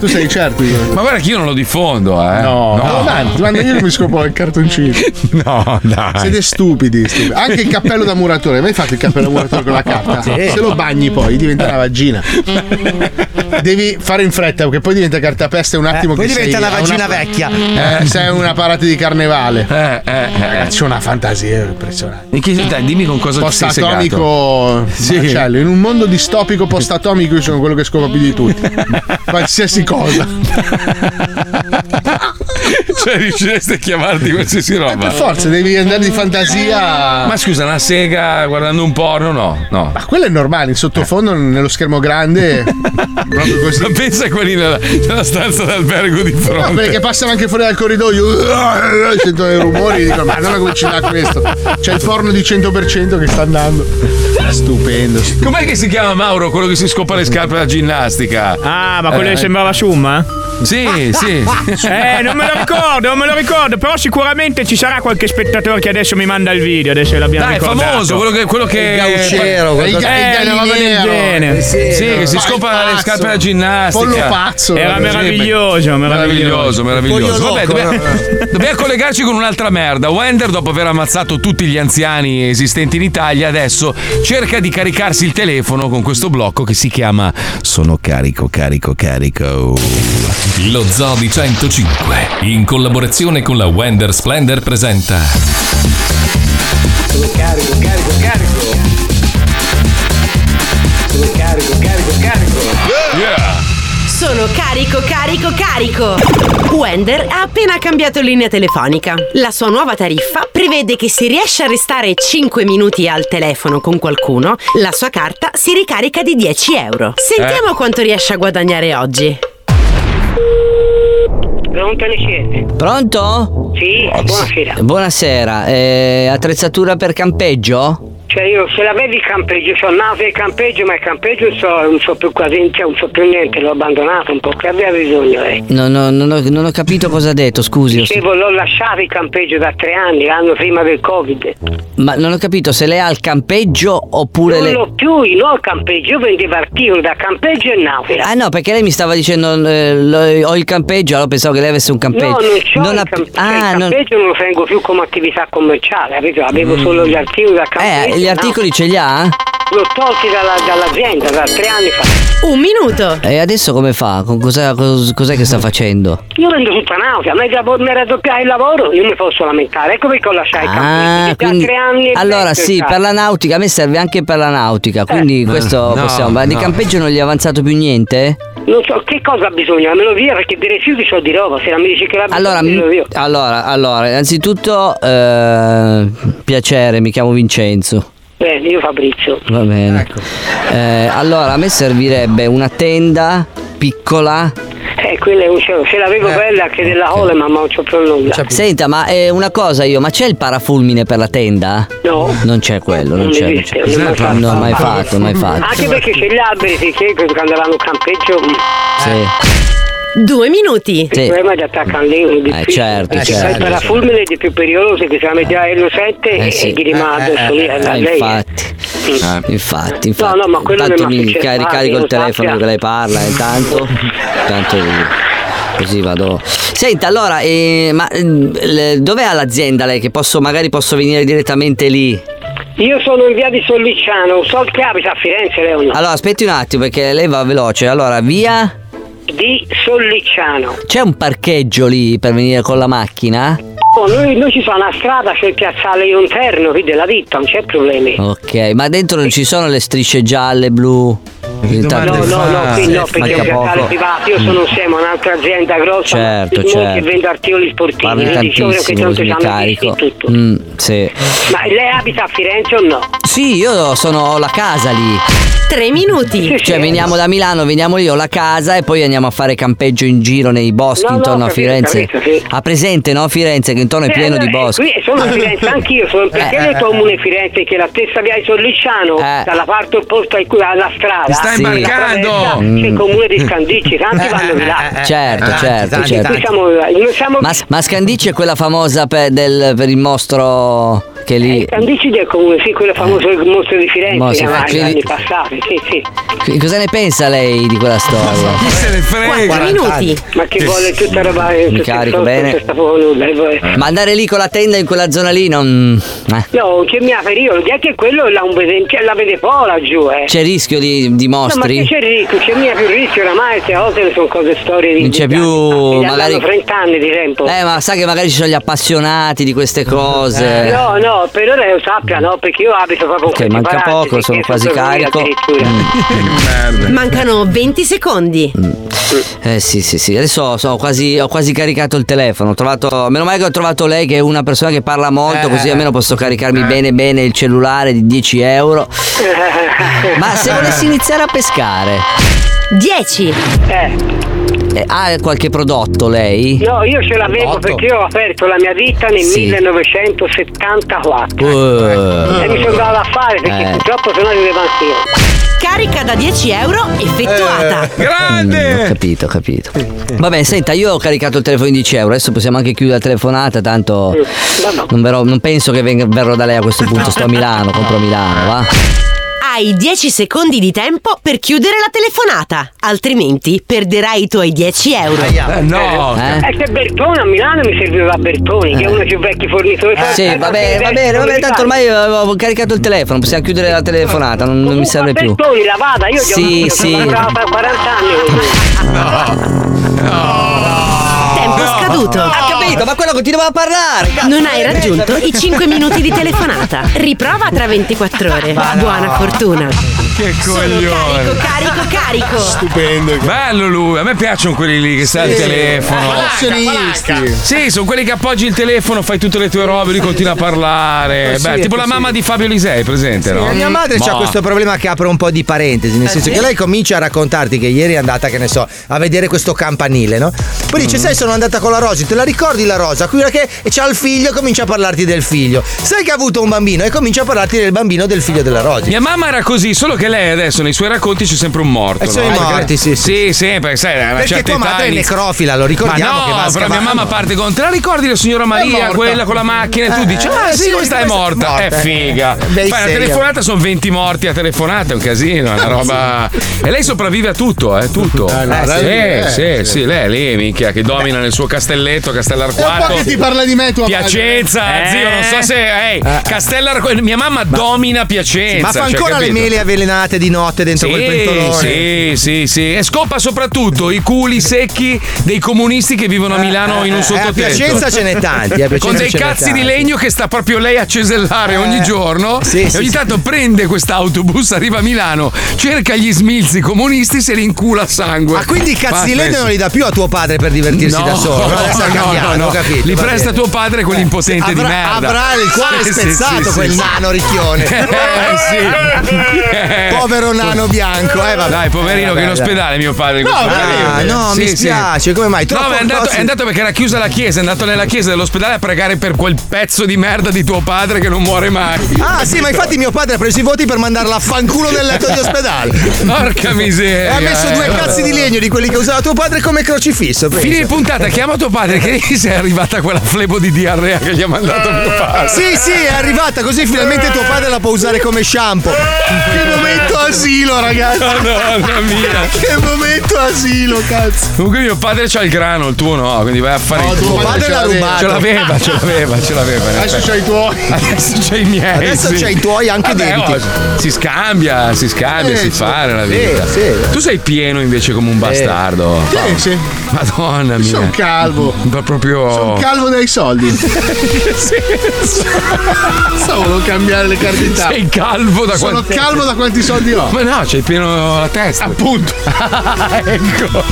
tu sei certo Ma guarda che io non lo diffondo, eh. No, No, dai, ti mando io mi scopo il cartoncino. [LAUGHS] No, dai. Siete stupidi, stupidi. Anche il cappello da muratore. Mai fatto il cappello da muratore con la carta? Sì. Se lo bagni poi diventa una vagina. Devi fare in fretta perché poi diventa cartapesta e un attimo Eh, poi che diventa sei una a vagina vecchia. Eh, sei una parata di carnevale. Eh, eh, Ragazzi, c'è una fantasia impressionante. E chi- dai, dimmi con cosa ci sei Postatomico Sì. Marcello, in un mondo distopico postatomico io sono quello che scopa più di tutti. Qualsiasi cosa. [LAUGHS] Cioè, riusciresti a chiamarti qualsiasi roba. Eh, Per forza, devi andare di fantasia. Ma scusa, una sega guardando un porno? No, no. Ma quello è normale, in sottofondo nello schermo grande. Proprio così. pensa a quelli nella, nella stanza d'albergo di No, fronte. quelli che passano anche fuori dal corridoio. Sentono i eh, rumori e dicono: Ma allora come ci dà questo? C'è il forno di 100% che sta andando. Stupendo. stupendo. Com'è che si chiama Mauro, quello che si scopa le scarpe alla ginnastica? Ah, ma quello Eh. che sembrava Summa? Sì, [LAUGHS] sì. Eh, non me lo ricordo, non me lo ricordo, però sicuramente ci sarà qualche spettatore che adesso mi manda il video, adesso l'abbiamo Dai, ricordato. famoso, quello che. Quello che il qualcosa- eh, una roba del genere. Eh, Sì, che si scopa le scarpe alla ginnastica. Era Sì, meraviglioso, meraviglioso, meraviglioso. meraviglioso. Vabbè, Pollo dobbiamo, dobbiamo collegarci con un'altra merda. Wender, dopo aver ammazzato tutti gli anziani esistenti in Italia, adesso cerca di caricarsi il telefono con questo blocco che si chiama Sono carico, carico, carico. Lo Zoo di 105, in collaborazione con la Wender Splendor, presenta Sono carico, carico, carico. Sono carico, carico, carico. Sono carico, carico, carico! Wender ha appena cambiato linea telefonica. La sua nuova tariffa prevede che se riesce a restare 5 minuti al telefono con qualcuno, la sua carta si ricarica di 10 euro. Sentiamo quanto riesce a guadagnare oggi. Pronto alle scelte? Pronto? Sì, buonasera. Buonasera, eh, attrezzatura per campeggio? Cioè io se la vedi il campeggio, so nave e campeggio, ma il campeggio so, non so più quasi, cioè, non so più niente, l'ho abbandonato un po', che aveva bisogno lei. No, no, non, ho, non ho capito cosa ha detto, scusi. ho- Dicevo, l'ho lasciato il campeggio da tre anni, l'anno prima del Covid. Ma non ho capito se lei ha il campeggio oppure non le... l'ho più, io non ho il campeggio, io vendevo articoli da campeggio e naufera. Ah no, perché lei mi stava dicendo eh, lo- ho il campeggio, allora pensavo che lei avesse un No, campeggio. non c'ho il, ha- camp- cioè, il Ah, non- Mm. campeggio non lo tengo più come attività commerciale, capito? Avevo solo gli articoli da campeggio. Eh, gli no? articoli ce li ha? L'ho tolti dalla- dall'azienda da tre anni fa. Un minuto! E adesso come fa? Con cosa- cos- cos'è che sta facendo? Io vendo tutta nausea, ma mi raddoppiare il lavoro, io mi posso lamentare. Ecco perché ho lasciato il campeggio. Ah, da quindi- tre anni e allora mezzo è sì, stato. per la nautica, a me serve anche per la nautica, quindi cioè. Eh. questo No, possiamo. Ma di no. campeggio non gli è avanzato più niente? Non so che cosa ha bisogno, me lo via perché dei rifiuti so di roba, se non mi dici che la Allora, mi- allora, allora, innanzitutto eh, piacere, mi chiamo Vincenzo. Beh, io Fabrizio. Va bene. Ecco. Eh, allora, a me servirebbe una tenda piccola. Eh, quella è un cielo, se l'avevo Eh, bella che della Holema, ma non c'ho più nulla. Senta, ma eh, una cosa io, ma c'è il parafulmine per la tenda? No. Non c'è quello, non, Non c'è. esiste, non c'è. non Ah, l'ho mai Non l'ho fatto. mai fatto, mai fatto. Anche perché c'è gli alberi, sì, che quando vanno in campeggio, mm, Sì. Due minuti! il problema ti attaccano lì. un di Eh, più. certo, Perché certo, fai per la certo. fulmine di più pericoloso che se la metti a Elo 7 Eh, e sì. gli rimane Eh, addosso lì. eh, a eh, lei. Mm. infatti. Infatti, infatti. no, ma quello intanto mi mi manca cari- il carico il cervello, telefono Ah, sappia. che lei parla, eh, intanto. Intanto così vado. Senta, allora, eh, ma eh, le- dov'è l'azienda lei? Che posso, magari posso venire direttamente lì? Io sono in via di Sollicciano, so che abita a Firenze, lei o no? Allora, aspetti un attimo perché lei va veloce. Allora, via. Di Sollicciano. C'è un parcheggio lì per venire con la macchina? Oh, noi, noi ci fa una strada, c'è il piazzale interno qui della ditta, non c'è problemi. Ok, ma dentro non ci sono le strisce gialle, blu? No, Intanto- no, no, qui no, perché è Manca un piazzale poco. Mm. privato, io sono un SEMA, un'altra azienda grossa, Certo, non che certo. vendo articoli sportivi, Parli quindi sciopero che tantissimo, tanto così mi ci hanno visto carico. in tutto. Mm, sì. Ma lei abita a Firenze o no? Sì, io sono ho la casa lì. Tre minuti! Cioè, veniamo da Milano, veniamo lì, ho la casa e poi andiamo a fare campeggio in giro nei boschi No, no, intorno a capito, Firenze. capito, sì. Ha presente, no? Firenze che intorno è Eh, pieno allora, di eh, boschi. Qui [LAUGHS] sono a Firenze, anch'io sono perché Eh, nel eh, comune Firenze che è la stessa via di Sollicciano, dalla parte opposta ai- alla strada. Ti stai la imbarcando! traversa, C'è Mm. il comune di [LAUGHS] Scandicci, tanti vanno di là. Certo, certo, certo. Noi siamo- noi siamo- Ma, ma Scandici è quella famosa per, del- per il mostro. Che lì. Candicidi è comune, sì, quello famoso Eh. il mostro di Firenze, Mo, se no, fa anni clini- anni passati, sì, sì. Che- Cosa ne pensa lei di quella storia? Chi se ne frega? 40 anni. Ma che vuole tutta roba eh, Mi carico bene. Ma Ma andare lì con la tenda in quella zona lì non. eh. No, Oh, che mi ha ferito, non è che quello là un vede, cioè, la vede po' laggiù, eh. C'è rischio di, di No, ma che mostri? c'è il rischio, c'è mia più rischio oramai, cioè, queste cose sono cose storie di... Non c'è di- più, di- magari- hanno 30 anni di tempo. Eh, ma sa che magari ci sono gli appassionati di queste cose. Eh, No, no, per ora io sappia, no, perché io abito proprio Ok, manca poco, sono quasi carico. Mm. Mancano 20 secondi. Eh sì, sì, sì. Adesso ho- so, ho quasi, ho quasi caricato il telefono. Ho trovato. Meno male che ho trovato lei, che è una persona che parla molto, Eh. così almeno posso caricarmi bene bene il cellulare di 10 euro. [LAUGHS] Ma Eh. se volessi iniziare a pescare. 10. Eh, ha qualche prodotto lei? No, io ce l'avevo perché io ho aperto la mia ditta nel Sì. 1974 Uh. e Eh, mi sono dato a fare perché Eh. purtroppo se no vivevo anch'io. Carica da 10 euro effettuata. Eh, Mm, ho capito, ho capito. Va bene, senta, io ho caricato il telefono in 10 euro, adesso possiamo anche chiudere la telefonata, tanto non, verrò- non penso che venga- verrò da lei a questo punto, sto a Milano, compro a Milano, va? Hai 10 secondi di tempo per chiudere la telefonata, altrimenti perderai i tuoi 10 euro. no! Eh, c'è Bertone a Milano mi serviva Bertoni, che è uno dei più vecchi fornitori. Eh. Sì, va eh, bene, va bene, va bene, tanto ormai avevo caricato il telefono, possiamo chiudere la telefonata, non, non mi serve più. Bertoni, la vada, io ti ho Sì, visto, sì. sono brava per 40 anni. Tempo scaduto. Ha Ah, capito, ma quello continuava a parlare. cazzo. Non hai raggiunto i 5 minuti di telefonata. Riprova tra 24 ore. Buona fortuna. Che coglione. Carico, carico. Stupendo. Bello lui, a me piacciono quelli lì che sta al Eh, telefono. Sì, sono quelli che appoggi il telefono, fai tutte le tue robe, lui continua a parlare. Eh sì, Beh, è tipo la così. mamma di Fabio Lisei, presente, no? Eh, Mia madre Ma- ha questo problema che apre un po' di parentesi, nel senso sì? che lei comincia a raccontarti che ieri è andata, che ne so, a vedere questo campanile, no? Poi Mm. dice, sai, sono andata con la Rosa, te la ricordi la Rosa? Quella che e c'ha il figlio e comincia a parlarti del figlio. Sai che ha avuto un bambino e comincia a parlarti del bambino del figlio della Rosa. Mia mamma era così, solo che lei adesso nei suoi racconti c'è sempre un morto. Ah, Eh, sono i Perché- morti, sì. sempre, sai, a una Perché certa tua età madre è inizia- necrofila, lo ricordiamo Ma che va no, a però mia scavare. mamma parte con te la ricordi la signora Maria, morta. quella con la macchina, e tu Eh, dici "Ah, eh, sì, sì, questa è questa è morta". morta. È figa. Eh, Fai beh, una serio. telefonata, sono 20 morti a telefonata, è un casino, è una roba. E lei sopravvive a tutto, eh, tutto. no, Eh, lei- sì, eh, sì, sì, lei è lì, minchia, che domina nel suo castelletto, Castellarquato. È un po' che ti parla di me tua madre. Piacenza, Eh. zio, non so se ehi, Castellarquato, mia mamma domina Piacenza. Eh. Ma fa cioè, ancora le capito? mele avvelenate di notte dentro quel pentolone. Sì, sì, sì. E scopa soprattutto i culi secchi dei comunisti che vivono a Milano in eh, un eh, a sottotetto. Piacenza ce n'è tanti, a Piacenza Con dei ce n'è cazzi tanti. Eh. di legno che sta proprio lei a cesellare ogni giorno. sì, e sì, ogni sì. tanto prende quest'autobus, arriva a Milano, cerca gli smilzi comunisti, se li incula a sangue. Ma Ah, quindi i cazzi di legno non li dà più a tuo padre per divertirsi No, da solo? No, adesso ha no, cambiato, no, ho capito. Li va presta bene. tuo padre quell'impotente Avrà- di merda. Avrà il cuore [LAUGHS] Sì, sì, spezzato sì, quel sì, sì. nano ricchione. [LAUGHS] Eh, [LAUGHS] sì. Povero nano bianco, eh, vabbè. Dai, poverino, Eh, vabbè, che in dai. ospedale mio padre. No, questo ah, periodo. no, mi spiace, come mai? No, Troppo ma è andato, grossi- è andato perché era chiusa la chiesa, è andato nella chiesa dell'ospedale a pregare per quel pezzo di merda di tuo padre che non muore mai. Ah, sì, ma infatti mio padre ha preso i voti per mandarla a fanculo nel letto di ospedale. Porca E miseria. ha messo eh. due cazzi di legno di quelli che usava tuo padre come crocifisso. pensa. Fine di puntata, chiama tuo padre che gli sei arrivata quella flebo di diarrea che gli ha mandato mio padre. Sì, sì, è arrivata, così finalmente tuo padre la può usare come shampoo. Che momento asilo, ragazzi. No, no, no, mia. Che momento asilo, cazzo. Comunque mio padre c'ha il grano, il tuo no, quindi vai a fare No, il tuo padre l'ha rubato. Ah, cioè, Ce l'aveva, ce l'aveva, ce l'aveva. in Adesso effetti. c'hai i tuoi. [LAUGHS] Adesso c'hai i miei. Adesso sì. c'hai i tuoi anche Vabbè, denti. oh, si scambia, si scambia, Eh, si sì. fa nella Sì, vita. sì. Eh. Tu sei pieno invece come un bastardo. Paolo. Sì, sì. Madonna mia. Sono calvo. Ma proprio. Sono calvo dai soldi. [LAUGHS] Stavo volevo cambiare le carte in tavola. Sei calvo da Sono quanti- calvo da quanti soldi ho. Ma no, c'hai pieno la testa. Appunto. [LAUGHS] ecco.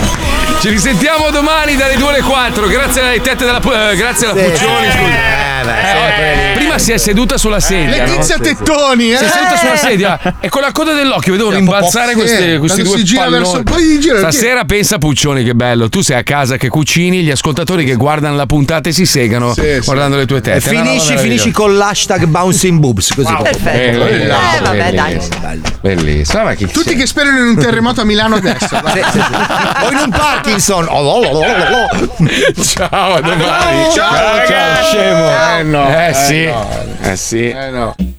Ci risentiamo domani dalle 2 alle 4. Grazie alle tette della pu- eh, grazie alla Puccioni, scusa. Eh, prima si è seduta sulla sedia. no? Letizia Tettoni, eh. Si è seduta sulla sedia e con la coda dell'occhio vedevo Sì, rimbalzare sì, queste, questi quando due si gira palloni. verso- poi gira- Stasera pensa Puccioni che bello, tu sei a casa che cucini, gli ascoltatori che guardano la puntata e si segano Sì, sì. guardando le tue E tette. È una finisci, roba finisci con l'hashtag bouncing boobs. Così. Wow, perfetto. Eh, eh, vabbè, dai. Bellissima, ma chi Tutti che sperano in un terremoto a Milano adesso. O in un Parkinson. Oh, oh, oh, oh, oh. Ciao, a domani. Ciao, ciao, ciao, scemo. Eh, no, eh, eh, sì. no. Eh sì. Eh no.